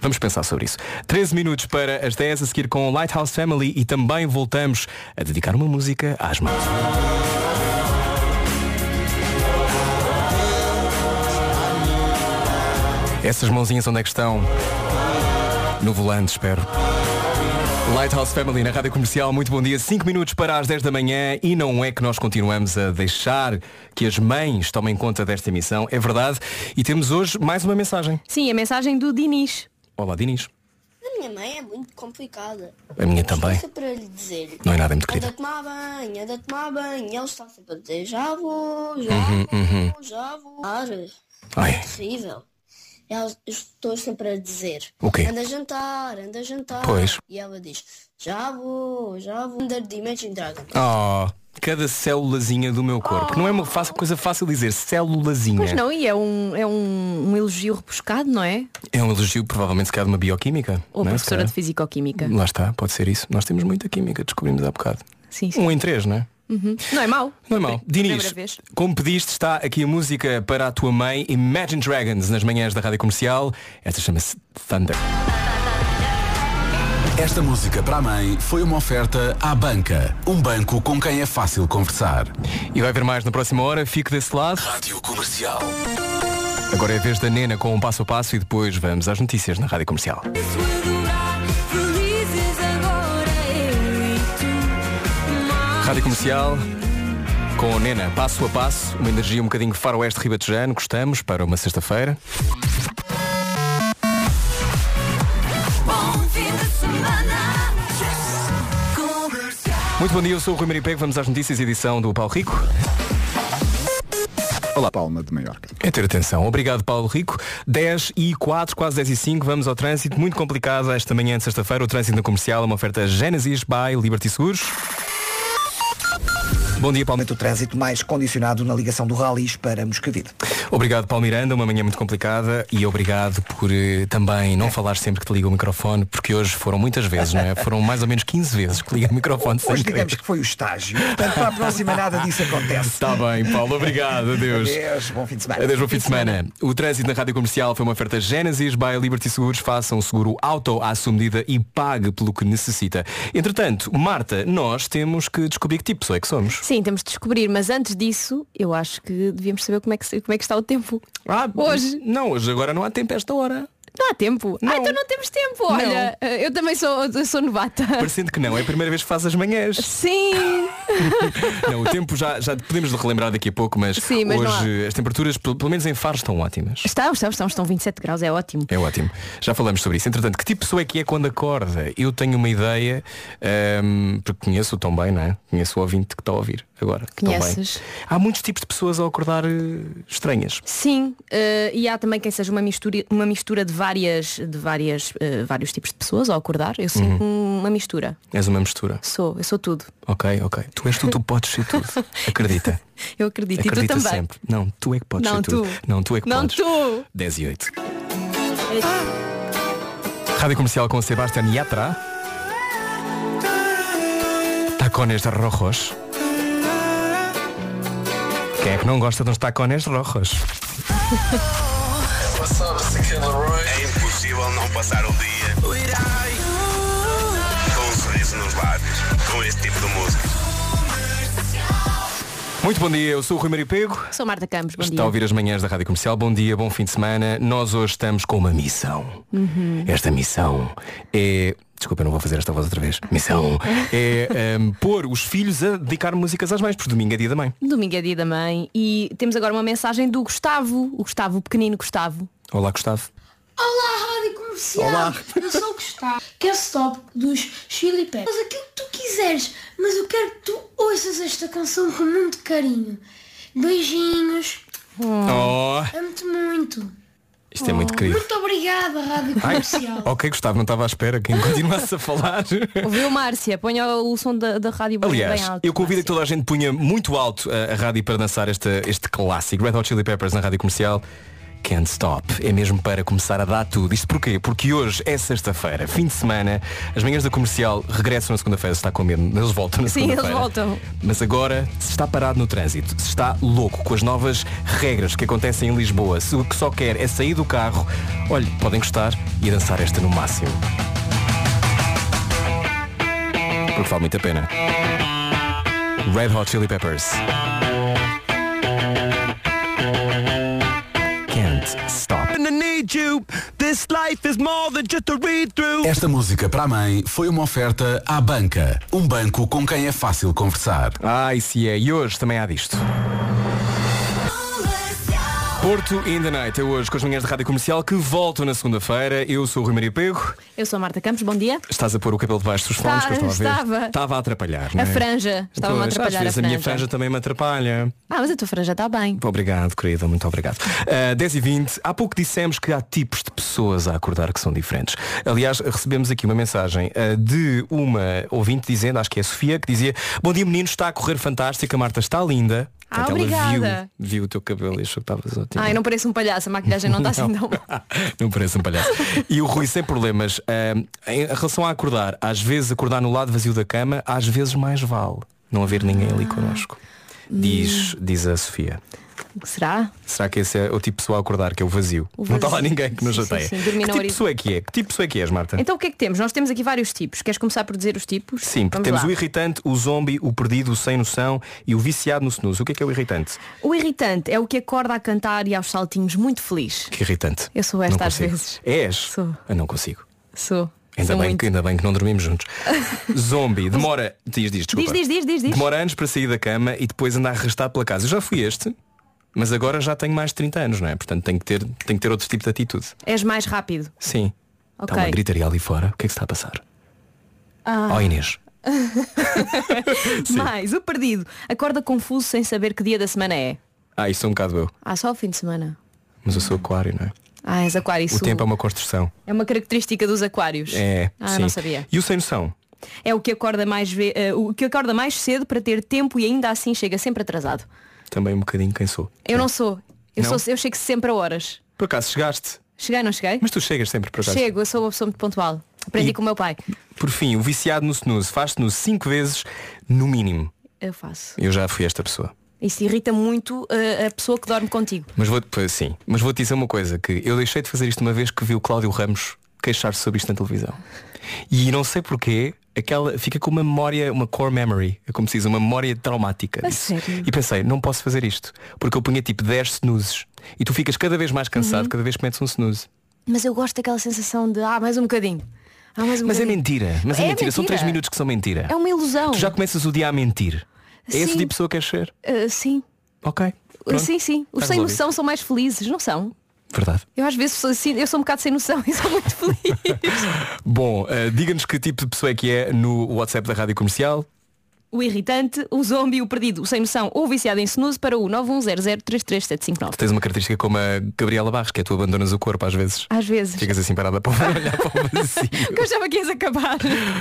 S2: Vamos pensar sobre isso. 13 minutos para as 10 a seguir com Lighthouse Family e também voltamos a dedicar uma música às mãos. Essas mãozinhas onde é que estão? No volante, espero. Lighthouse Family na Rádio Comercial, muito bom dia. 5 minutos para as 10 da manhã e não é que nós continuamos a deixar que as mães tomem conta desta emissão, é verdade. E temos hoje mais uma mensagem.
S3: Sim, a mensagem do Dinis.
S2: Olá, Dinis.
S12: A minha mãe é muito complicada.
S2: A minha também.
S12: Estou para lhe dizer.
S2: Não é nada muito querida.
S12: Anda a tomar banho, anda a tomar banho. Ele está sempre a dizer, já vou, já
S2: Uhum, uhum.
S12: vou, já vou. Claro.
S2: Ai.
S12: É terrível. Ela, eu estou sempre a dizer.
S2: O quê?
S12: Anda a jantar, anda a jantar.
S2: Pois.
S12: E ela diz, já vou, já vou. Um Under the Imagine Dragon.
S2: Oh, cada célulazinha do meu corpo. Não é uma fácil- coisa fácil dizer, célulazinha.
S3: Pois não, e é um, é um, um elogio rebuscado, não é?
S2: É um elogio, provavelmente, se calhar, de uma bioquímica.
S3: Ou
S2: não é?
S3: professora de
S2: Se
S3: Fisicoquímica.
S2: calhar. Lá está, pode ser isso. Nós temos muita química, descobrimos há bocado.
S3: Sim,
S2: Um em três, não é?
S3: Uhum. Não é mau.
S2: Não é mau. Dinis,
S3: Primeira vez.
S2: como pediste, está aqui a música para a tua mãe, Imagine Dragons, nas manhãs da Rádio Comercial. Esta chama-se Thunder.
S5: Esta música para a mãe foi uma oferta à banca, um banco com quem é fácil conversar.
S2: E vai haver mais na próxima hora, fique desse lado.
S5: Rádio Comercial.
S2: Agora é a vez da Nena com um passo a passo e depois vamos às notícias na Rádio Comercial. Rádio Comercial com a Nena, passo a passo, uma energia um bocadinho faroeste ribatejano, gostamos, para uma sexta-feira. Muito bom dia, eu sou o Rui Maria Pego, vamos às notícias, edição do Paulo Rico. Olá,
S6: Palma de Maiorca.
S2: É ter atenção. Obrigado, Paulo Rico. 10 e 4, quase 10 e 5, vamos ao trânsito. Muito complicado esta manhã de sexta-feira. O trânsito no comercial é uma oferta Genesis by Liberty Seguros. Bom dia, Palmeiras.
S1: O trânsito mais condicionado na ligação do Ralis para Moscavide.
S2: Obrigado, Paulo Miranda. Uma manhã muito complicada e obrigado por eh, também não falar sempre que te liga o microfone, porque hoje foram muitas vezes, não é?
S1: [laughs]
S2: Foram mais ou menos 15 vezes que liga o microfone sem
S1: Hoje
S2: querer.
S1: digamos que foi o estágio. Portanto, para a próxima nada disso acontece.
S2: Está Tá bem, Paulo. Obrigado. Adeus.
S1: Adeus. Bom fim de semana.
S2: Adeus, bom fim de semana. O trânsito na Rádio Comercial foi uma oferta Genesis by Liberty Seguros. Faça um seguro auto à sua medida e pague pelo que necessita. Entretanto, Marta, nós temos que descobrir que tipo de pessoa é que somos.
S3: Sim, temos de descobrir, mas antes disso, eu acho que devíamos saber como é que, se- como é que está o tempo.
S2: Ah,
S3: hoje.
S2: Não, hoje agora não há tempo a esta hora.
S3: Não há tempo. Ah, então não temos tempo.
S2: Não.
S3: Olha, eh, eu também sou, eu sou novata.
S2: Parecendo que não, é a primeira vez que faz as manhãs.
S3: Sim.
S2: Não, o tempo já, já podemos relembrar daqui a pouco, mas,
S3: Sim, mas não
S2: hoje as temperaturas, pel- pelo menos em Faro, estão ótimas.
S3: [laughs] Estão, estão, estão, estão 27 graus, é ótimo.
S2: É ótimo. Já falamos sobre isso. Entretanto, que tipo de pessoa é que é quando acorda? Eu tenho uma ideia, ahm, porque conheço-o tão bem, não é? Conheço o ouvinte que está a ouvir agora. tão bem.
S3: Conheces?
S2: Há muitos tipos de pessoas ao acordar eh, estranhas.
S3: Sim, eh, e há também quem seja uma mistura, uma mistura de várias, de várias, eh, vários tipos de pessoas ao acordar. Eu sinto
S2: Uhum.
S3: um, uma mistura.
S2: És uma mistura.
S3: Sou, eu sou tudo.
S2: Ok, ok. Tu és tu, tu podes ser
S3: [laughs]
S2: tudo. Acredita.
S3: Eu acredito. e tu
S2: Acredita
S3: também.
S2: sempre. Não, tu é que podes
S3: Não,
S2: ser tudo.
S3: tu.
S2: Não, tu é que
S3: Não
S2: podes.
S3: tu.
S2: 10 e 8.
S3: Ah.
S2: Rádio Comercial com Sebastián Yatra. Tacones rojos. Quem é que não gosta dos tacones rojos?
S13: É impossível não passar o dia com um sorriso nos lábios, com este tipo de música.
S2: Muito bom dia, eu sou o Rui Maria Pego.
S3: Sou Marta Campos, bom
S2: Está
S3: dia.
S2: a ouvir as manhãs da Rádio Comercial. Bom dia, bom fim de semana. Nós hoje estamos com uma missão.
S3: Uhum.
S2: Esta missão é. Desculpa, eu não vou fazer esta voz outra vez.
S3: [laughs]
S2: Missão é ehm, pôr os filhos a dedicar músicas às mães, porque domingo é dia da mãe.
S3: Domingo é dia da mãe e temos agora uma mensagem do Gustavo, o Gustavo, o pequenino Gustavo.
S2: Olá, Gustavo.
S11: Olá, Rádio Comercial!
S6: Olá.
S11: Eu sou o Gustavo, que é stop dos Chili Peppers. Faz aquilo que tu quiseres, mas eu quero que tu ouças esta canção com muito carinho. Beijinhos!
S2: Oh.
S11: Amo-te muito!
S2: Isto é muito
S3: Oh.
S2: querido.
S11: Muito obrigada, Rádio
S3: [laughs]
S2: Ai,
S11: Comercial!
S2: ok, Gustavo, não estava à espera que continuasse a falar.
S3: [laughs] Ouviu, Márcia? Ponha o som da, da rádio bem- bem
S2: Aliás,
S3: alto.
S2: eu convido a que toda a gente punha muito alto eh, a, a rádio para dançar este, este clássico. Red Hot Chili Peppers na rádio comercial. Can't stop. É mesmo para começar a dar tudo. Isto porquê? Porque hoje é sexta-feira, fim de semana. As manhãs da comercial regressam na segunda-feira. Se está com medo, eles voltam na
S3: Sim, eles
S2: segunda-feira.
S3: voltam.
S2: Mas agora, se está parado no trânsito, se está louco com as novas regras que acontecem em Lisboa, se o que só quer é sair do carro, olhe, podem gostar e dançar esta no máximo. Porque vale muito a pena. Red Hot Chili Peppers. Can't stop.
S5: Esta música para a mãe foi uma oferta à banca, um banco com quem é fácil conversar.
S2: Ah, isso é. E hoje também há disto. Porto in the Night é hoje com as manhãs da Rádio Comercial que voltam na segunda-feira. Eu sou o Rui Maria Pego.
S3: Eu sou a Marta Campos, bom dia.
S2: Estás a pôr o cabelo debaixo dos fones
S3: Tá,
S2: que eu estava a ver.
S3: estava.
S2: a atrapalhar.
S3: A
S2: não é?
S3: franja. Estava-me a
S2: Pois,
S3: atrapalhar
S2: Às vezes
S3: a
S2: a minha
S3: franja.
S2: franja também me atrapalha.
S3: Ah, mas a tua franja está bem.
S2: Obrigado, querida, muito obrigado. 10 e 20 há pouco dissemos que há tipos de pessoas a acordar que são diferentes. Aliás, recebemos aqui uma mensagem ah, de uma ouvinte dizendo, acho que é a Sofia, que dizia, bom dia menino, está a correr fantástica, a Marta está linda.
S3: Ah,
S2: Portanto, ela
S3: obrigada.
S2: viu, viu o teu cabelo e achou que estavas ótimo.
S3: Ai, não pareço um palhaço, a maquilhagem não está assim tão mal.
S2: [laughs] Não parece um palhaço. E o Rui sem problemas. ahm, em relação a acordar, às vezes acordar no lado vazio da cama, às vezes mais vale não haver ninguém
S3: Ah.
S2: ali connosco. Diz, diz a Sofia.
S3: Será?
S2: Será que esse é o tipo de pessoa a acordar, que é o vazio?
S3: O
S2: Não está
S3: vazio.
S2: lá ninguém que nos
S3: Sim, sim,
S2: chateia.
S3: sim,
S2: Que
S3: dormir na
S2: tipo de
S3: origem.
S2: pessoa é que é? Que tipo de pessoa é que és, Marta?
S3: [laughs] Então o que é que temos? Nós temos aqui vários tipos. Queres começar por dizer os tipos?
S2: Sim,
S3: Vamos
S2: temos
S3: lá.
S2: o irritante, o zombi, o perdido, o sem noção e o viciado no snooze. O que é que é o irritante?
S3: O irritante é o que acorda a cantar e aos saltinhos muito feliz.
S2: Que irritante.
S3: Eu sou esta
S2: Não
S3: às
S2: consigo.
S3: vezes.
S2: És?
S3: Sou.
S2: Eu não consigo.
S3: Sou.
S2: Ainda
S3: Sou
S2: bem,
S3: muito.
S2: que, ainda bem que não dormimos
S3: [laughs]
S2: juntos. Zombi, demora. Diz, diz, desculpa.
S3: Diz, diz, diz, diz, diz.
S2: Demora anos para sair da cama e depois andar a arrastar pela casa. Eu já fui este, mas agora já tenho mais de 30 anos, não é? Portanto tenho que ter, tenho que ter outro tipo de atitude.
S3: És
S2: [laughs]
S3: mais rápido.
S2: Sim. Está
S3: Ok.
S2: uma gritaria ali fora. O que é que se está a passar?
S3: Ah.
S2: Ó Inês.
S3: Mais, o perdido. Acorda confuso sem saber que dia da semana é.
S2: Ah, isso sou um bocado eu.
S3: Ah, só o fim de semana.
S2: Mas eu sou aquário, não é?
S3: Ah, és aquário. Isso
S2: O tempo é uma construção.
S3: é uma característica dos aquários.
S2: É.
S3: Ah,
S2: sim.
S3: não sabia.
S2: E o sem noção?
S3: É o que acorda mais ve- eh, o que acorda mais cedo para ter tempo e ainda assim chega sempre atrasado.
S2: Também um bocadinho quem sou.
S3: Eu não sou. Eu,
S2: Não?
S3: sou, eu chego sempre a horas.
S2: Por acaso chegaste?
S3: Cheguei, não cheguei?
S2: Mas tu chegas sempre por acaso.
S3: Chego, eu sou uma pessoa muito pontual. Aprendi
S2: E-
S3: com o meu pai.
S2: Por fim, o viciado no snooze faz snooze 5 vezes no mínimo.
S3: Eu faço.
S2: Eu já fui esta pessoa.
S3: Isso irrita muito eh, a pessoa que dorme contigo.
S2: Mas vou, pois, sim, mas vou te dizer uma coisa, que eu deixei de fazer isto uma vez que vi o Cláudio Ramos queixar-se sobre isto na televisão. E não sei porquê, aquela fica com uma memória, uma core memory, é como se diz, uma memória traumática.
S3: A
S2: disso.
S3: sério?
S2: E pensei, não posso fazer isto, porque eu punha tipo 10 snoozes e tu ficas cada vez mais cansado
S3: Uhum.
S2: cada vez que metes um snooze.
S3: Mas eu gosto daquela sensação de ah, mais um bocadinho. Ah, mais um
S2: Mas é
S3: bocadinho.
S2: mentira, mas é,
S3: É
S2: mentira. são
S3: mentira.
S2: 3 minutos que são mentira.
S3: É uma ilusão.
S2: Tu já começas o dia a mentir. É esse
S3: Sim.
S2: tipo de pessoa que queres ser?
S3: Eh, sim.
S2: Ok. Pronto.
S3: Sim, sim. Os
S2: Está
S3: sem
S2: resolvido.
S3: noção são mais felizes, não são?
S2: Verdade.
S3: Eu às vezes sou assim, eu sou um bocado sem noção [laughs] e sou muito feliz.
S2: Bom, eh, diga-nos que tipo de pessoa é que é no WhatsApp da Rádio Comercial.
S3: o irritante, o zombi, o perdido, o sem noção ou o viciado em snooze para o 910033759.
S2: Tens uma característica como a Gabriela Barros, que é tu abandonas o corpo às vezes.
S3: Às vezes. [laughs]
S2: Ficas assim parada para [laughs] olhar para o vazio.
S3: Que eu achava que ias acabar.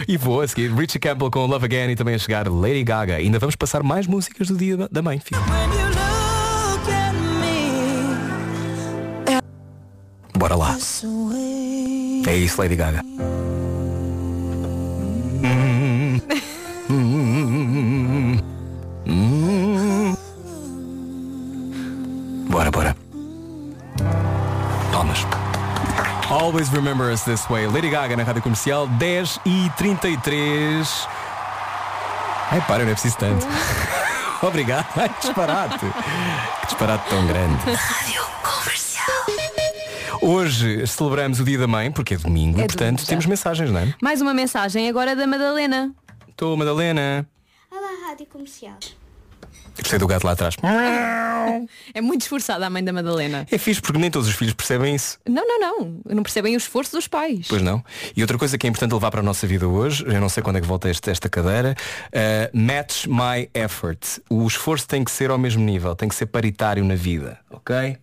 S2: E vou a seguir Richie Campbell com Love Again e também a chegar Lady Gaga. Ainda vamos passar mais músicas do dia da mãe. Fica- Bora lá. É isso, Lady Gaga. Bora, bora. Palmas. Always remember us this way. Lady Gaga na rádio comercial 10 e 33. Ai, para, eu não é preciso tanto. [laughs] Obrigado. Ai, disparate. Que disparate tão grande.
S9: Rádio Comercial.
S2: Hoje celebramos o Dia da Mãe, porque é domingo,
S3: É
S2: e portanto
S3: domingo, já.
S2: temos mensagens, não é?
S3: Mais uma mensagem agora da Madalena.
S2: Estou, Madalena.
S11: Olá, Rádio Comercial.
S2: Gostei do gato lá atrás.
S3: É muito esforçada a mãe da Madalena.
S2: É fixe porque nem todos os filhos percebem isso.
S3: Não, não, não. Não percebem o esforço dos pais.
S2: Pois não. E outra coisa que é importante levar para a nossa vida hoje, eu não sei quando é que volta este- esta cadeira, eh, match my effort. O esforço tem que ser ao mesmo nível, tem que ser paritário na vida. Ok?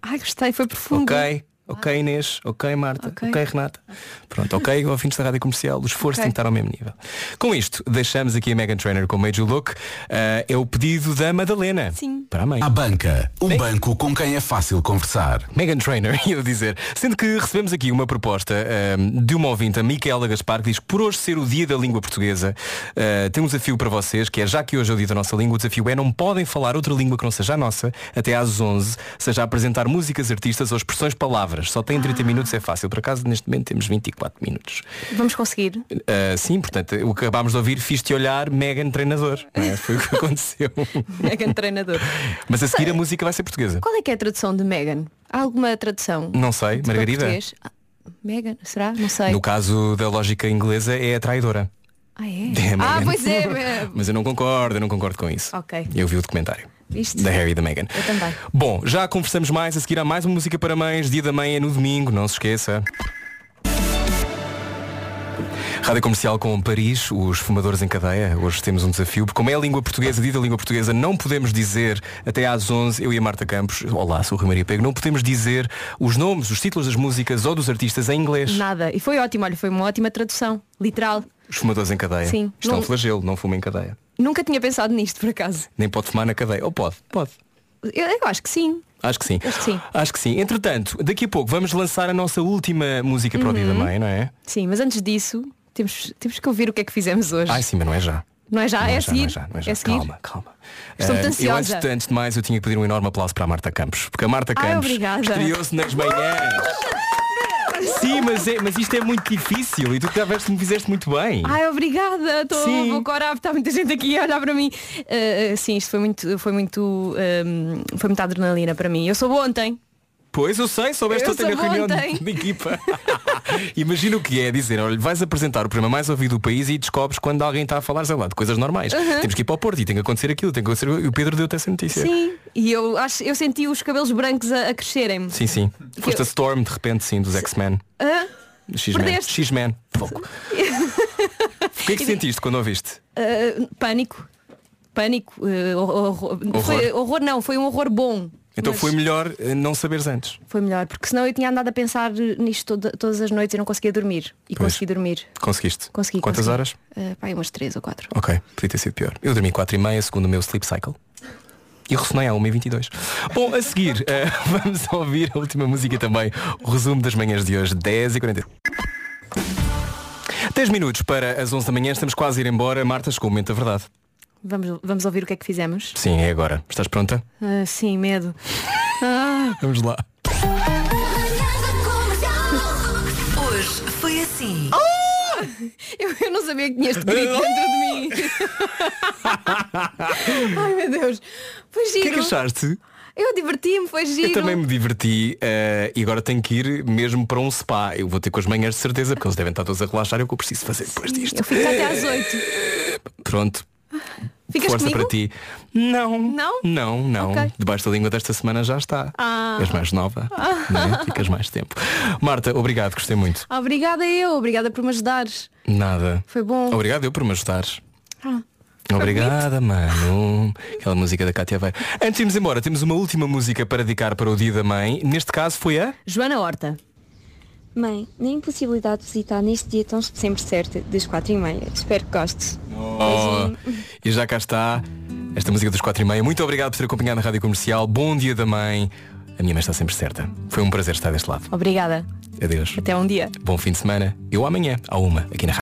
S3: Ai, gostei, foi profundo.
S2: Ok? Ok Inês, ok Marta, Uhum. ok,
S3: Ok.
S2: Renata. Pronto, ok, ouvintes da rádio comercial, o esforço
S3: Ok.
S2: tem que estar ao mesmo nível. Com isto, deixamos aqui a Megan Trainer com o Major Look. Eh, é o pedido da Madalena. Sim. Para a mãe.
S5: A banca, um banco com quem é fácil conversar.
S2: Megan Trainer, [laughs] ia dizer. Sendo que recebemos aqui uma proposta ahm, de uma ouvinte, a Micaela Gaspar, que diz que por hoje ser o dia da língua portuguesa, ah, tem um desafio para vocês, que é já que hoje é o dia da nossa língua, o desafio é não podem falar outra língua que não seja a nossa, até às 11, seja a apresentar músicas, artistas ou expressões, palavras. Só tem 30 minutos, é fácil. Por acaso, neste momento temos 24 minutos.
S3: Vamos conseguir.
S2: Ah, sim, portanto, o que acabámos de ouvir, fiz-te olhar, Megan Treinador. não é? Foi o que [laughs] aconteceu.
S3: [laughs] Megan treinador.
S2: Mas a seguir a música vai ser portuguesa.
S3: Qual é que é a tradução de Megan? Há alguma tradução?
S2: Não sei,
S3: para
S2: Margarida?
S3: português? Ah, Megan? Será? Não sei.
S2: No caso da lógica inglesa é a traidora.
S3: Ah,
S2: É,
S3: é? ah,
S2: Megan.
S3: pois é. é.
S2: Mas eu não concordo, eu não concordo com isso.
S3: Ok.
S2: Eu vi o documentário. [laughs]
S3: Viste?
S2: Da Harry e da Meghan.
S3: Eu também.
S2: Bom, já conversamos mais, a seguir há mais uma música para mães, dia da mãe é no domingo, não se esqueça. Rádio Comercial com Paris, os fumadores em cadeia. Hoje temos um desafio, porque como é a língua portuguesa, dita língua portuguesa, não podemos dizer até às 11, eu e a Marta Campos, olá, sou o Rui Maria Pego, não podemos dizer os nomes, os títulos das músicas ou dos artistas em inglês.
S3: Nada. E foi ótimo, olha, foi uma ótima tradução. Literal.
S2: Os fumadores em cadeia.
S3: Sim.
S2: Isto é um
S3: Não-
S2: flagelo, não fuma em cadeia.
S3: Nunca tinha pensado nisto, por acaso.
S2: Nem pode fumar na cadeia. Ou pode? Pode.
S3: Eu, eu acho que sim.
S2: Acho que sim.
S3: Acho que sim.
S2: Acho que sim. Entretanto, daqui a pouco vamos lançar a nossa última música para o dia da
S3: Uhum.
S2: mãe, não é?
S3: Sim, mas antes disso, temos, temos que ouvir o que é que fizemos hoje.
S2: Ai sim, mas não é já.
S3: Não é já?
S2: Não
S3: é
S2: é
S3: a
S2: já, não
S3: seguir?
S2: é já, não é já.
S3: a seguir?
S2: Calma, calma.
S3: Estou muito
S2: Eh, eu
S3: ansiosa.
S2: antes, de- antes de mais eu tinha que pedir um enorme aplauso para a Marta Campos. Porque a Marta
S3: Ai,
S2: Campos
S3: obrigada.
S2: estreou-se nas manhãs. Sim, mas, é, mas isto é muito difícil e tu tiveste, fizeste muito bem.
S3: Ai, obrigada, estou vou corar, está tá muita gente aqui a olhar para mim. Ah, ah, sim, isto foi muito, foi muito, ahm, foi muita adrenalina para mim. Eu soube ontem.
S2: Pois eu sei, soubeste
S3: Eu
S2: ontem na
S3: soube
S2: reunião
S3: ontem.
S2: de, de equipa. [laughs] Imagina o que é dizer, olha, vais apresentar o programa mais ouvido do país e descobres quando alguém está a falar, sei lá, de coisas normais.
S3: Uhum.
S2: Temos que ir para o Porto e tem que acontecer aquilo, tem que acontecer. E o Pedro deu-te essa notícia.
S3: Sim. E eu acho, eu senti os cabelos brancos a, a crescerem-me.
S2: Sim, sim. Foste a Storm, de repente, sim, dos X-Men.
S3: Ah,
S2: X-Men.
S3: Perdeste.
S2: X-Men.
S3: [laughs]
S2: Foco. O que é que sentiste quando ouviste?
S3: ah, pânico. Pânico. ah, horror. Foi, horror não, foi um horror bom.
S2: Então
S3: Mas
S2: foi melhor eh, não saberes antes.
S3: Foi melhor, porque senão eu tinha andado a pensar nisto toda- todas as noites e não conseguia dormir. E
S2: Pois.
S3: consegui dormir.
S2: Conseguiste?
S3: Consegui.
S2: Quantas
S3: consegui.
S2: horas? Oh.
S3: Ah, pá, aí umas três ou quatro.
S2: Ok, podia ter sido pior. Eu dormi 4 e meia, segundo o meu sleep cycle. E ressonei à 1h22. Bom, a seguir, [laughs] eh, vamos ouvir a última música também. O resumo das manhãs de hoje, 10h40. 10 minutos para as 11 da manhã, estamos quase a ir embora. Marta, chegou o momento da verdade.
S3: Vamos, vamos ouvir o que é que fizemos?
S2: Sim, é agora. Estás pronta? [laughs]
S3: Ah, sim, medo. Ah.
S2: Vamos lá.
S9: Hoje foi assim.
S3: Ah! [laughs] Eu, eu não sabia que tinha este grito dentro
S2: [laughs]
S3: de mim. Ai meu Deus. Foi
S2: O que
S3: giro.
S2: é que achaste?
S3: Eu diverti-me, foi giro.
S2: Eu também me diverti eh, e agora tenho que ir mesmo para um spa. Eu vou ter com as manhãs de certeza, porque eles devem estar todos a relaxar. É o que eu preciso fazer depois disto.
S3: Eu fico até às oito.
S2: Pronto.
S3: Ficas
S2: Força
S3: comigo?
S2: para ti. Não.
S3: Não?
S2: Não, não.
S3: Ok.
S2: Debaixo da língua desta semana já está.
S3: Ah.
S2: És mais nova.
S3: [laughs]
S2: né? Ficas mais tempo. Marta, obrigado, gostei muito.
S3: Ah, Obrigada eu, obrigada por me ajudares.
S2: Nada.
S3: Foi bom.
S2: Obrigado eu por me ajudares.
S3: Ah.
S2: Obrigada, mano. Aquela música da Cátia vai. Antes de irmos embora, temos uma última música para dedicar para o Dia da Mãe. Neste caso foi a.
S3: Joana Horta.
S14: Mãe, na impossibilidade de visitar neste dia tão sempre certo das quatro e meia. Espero que gostes.
S2: Oh, e já cá está esta música dos 4 e meia. Muito obrigado por ter acompanhado na Rádio Comercial. Bom dia da mãe. A minha mãe está sempre certa. Foi um prazer estar deste lado.
S3: Obrigada.
S2: Adeus.
S3: Até um dia.
S2: Bom fim de semana. Eu amanhã, à uma, aqui na Rádio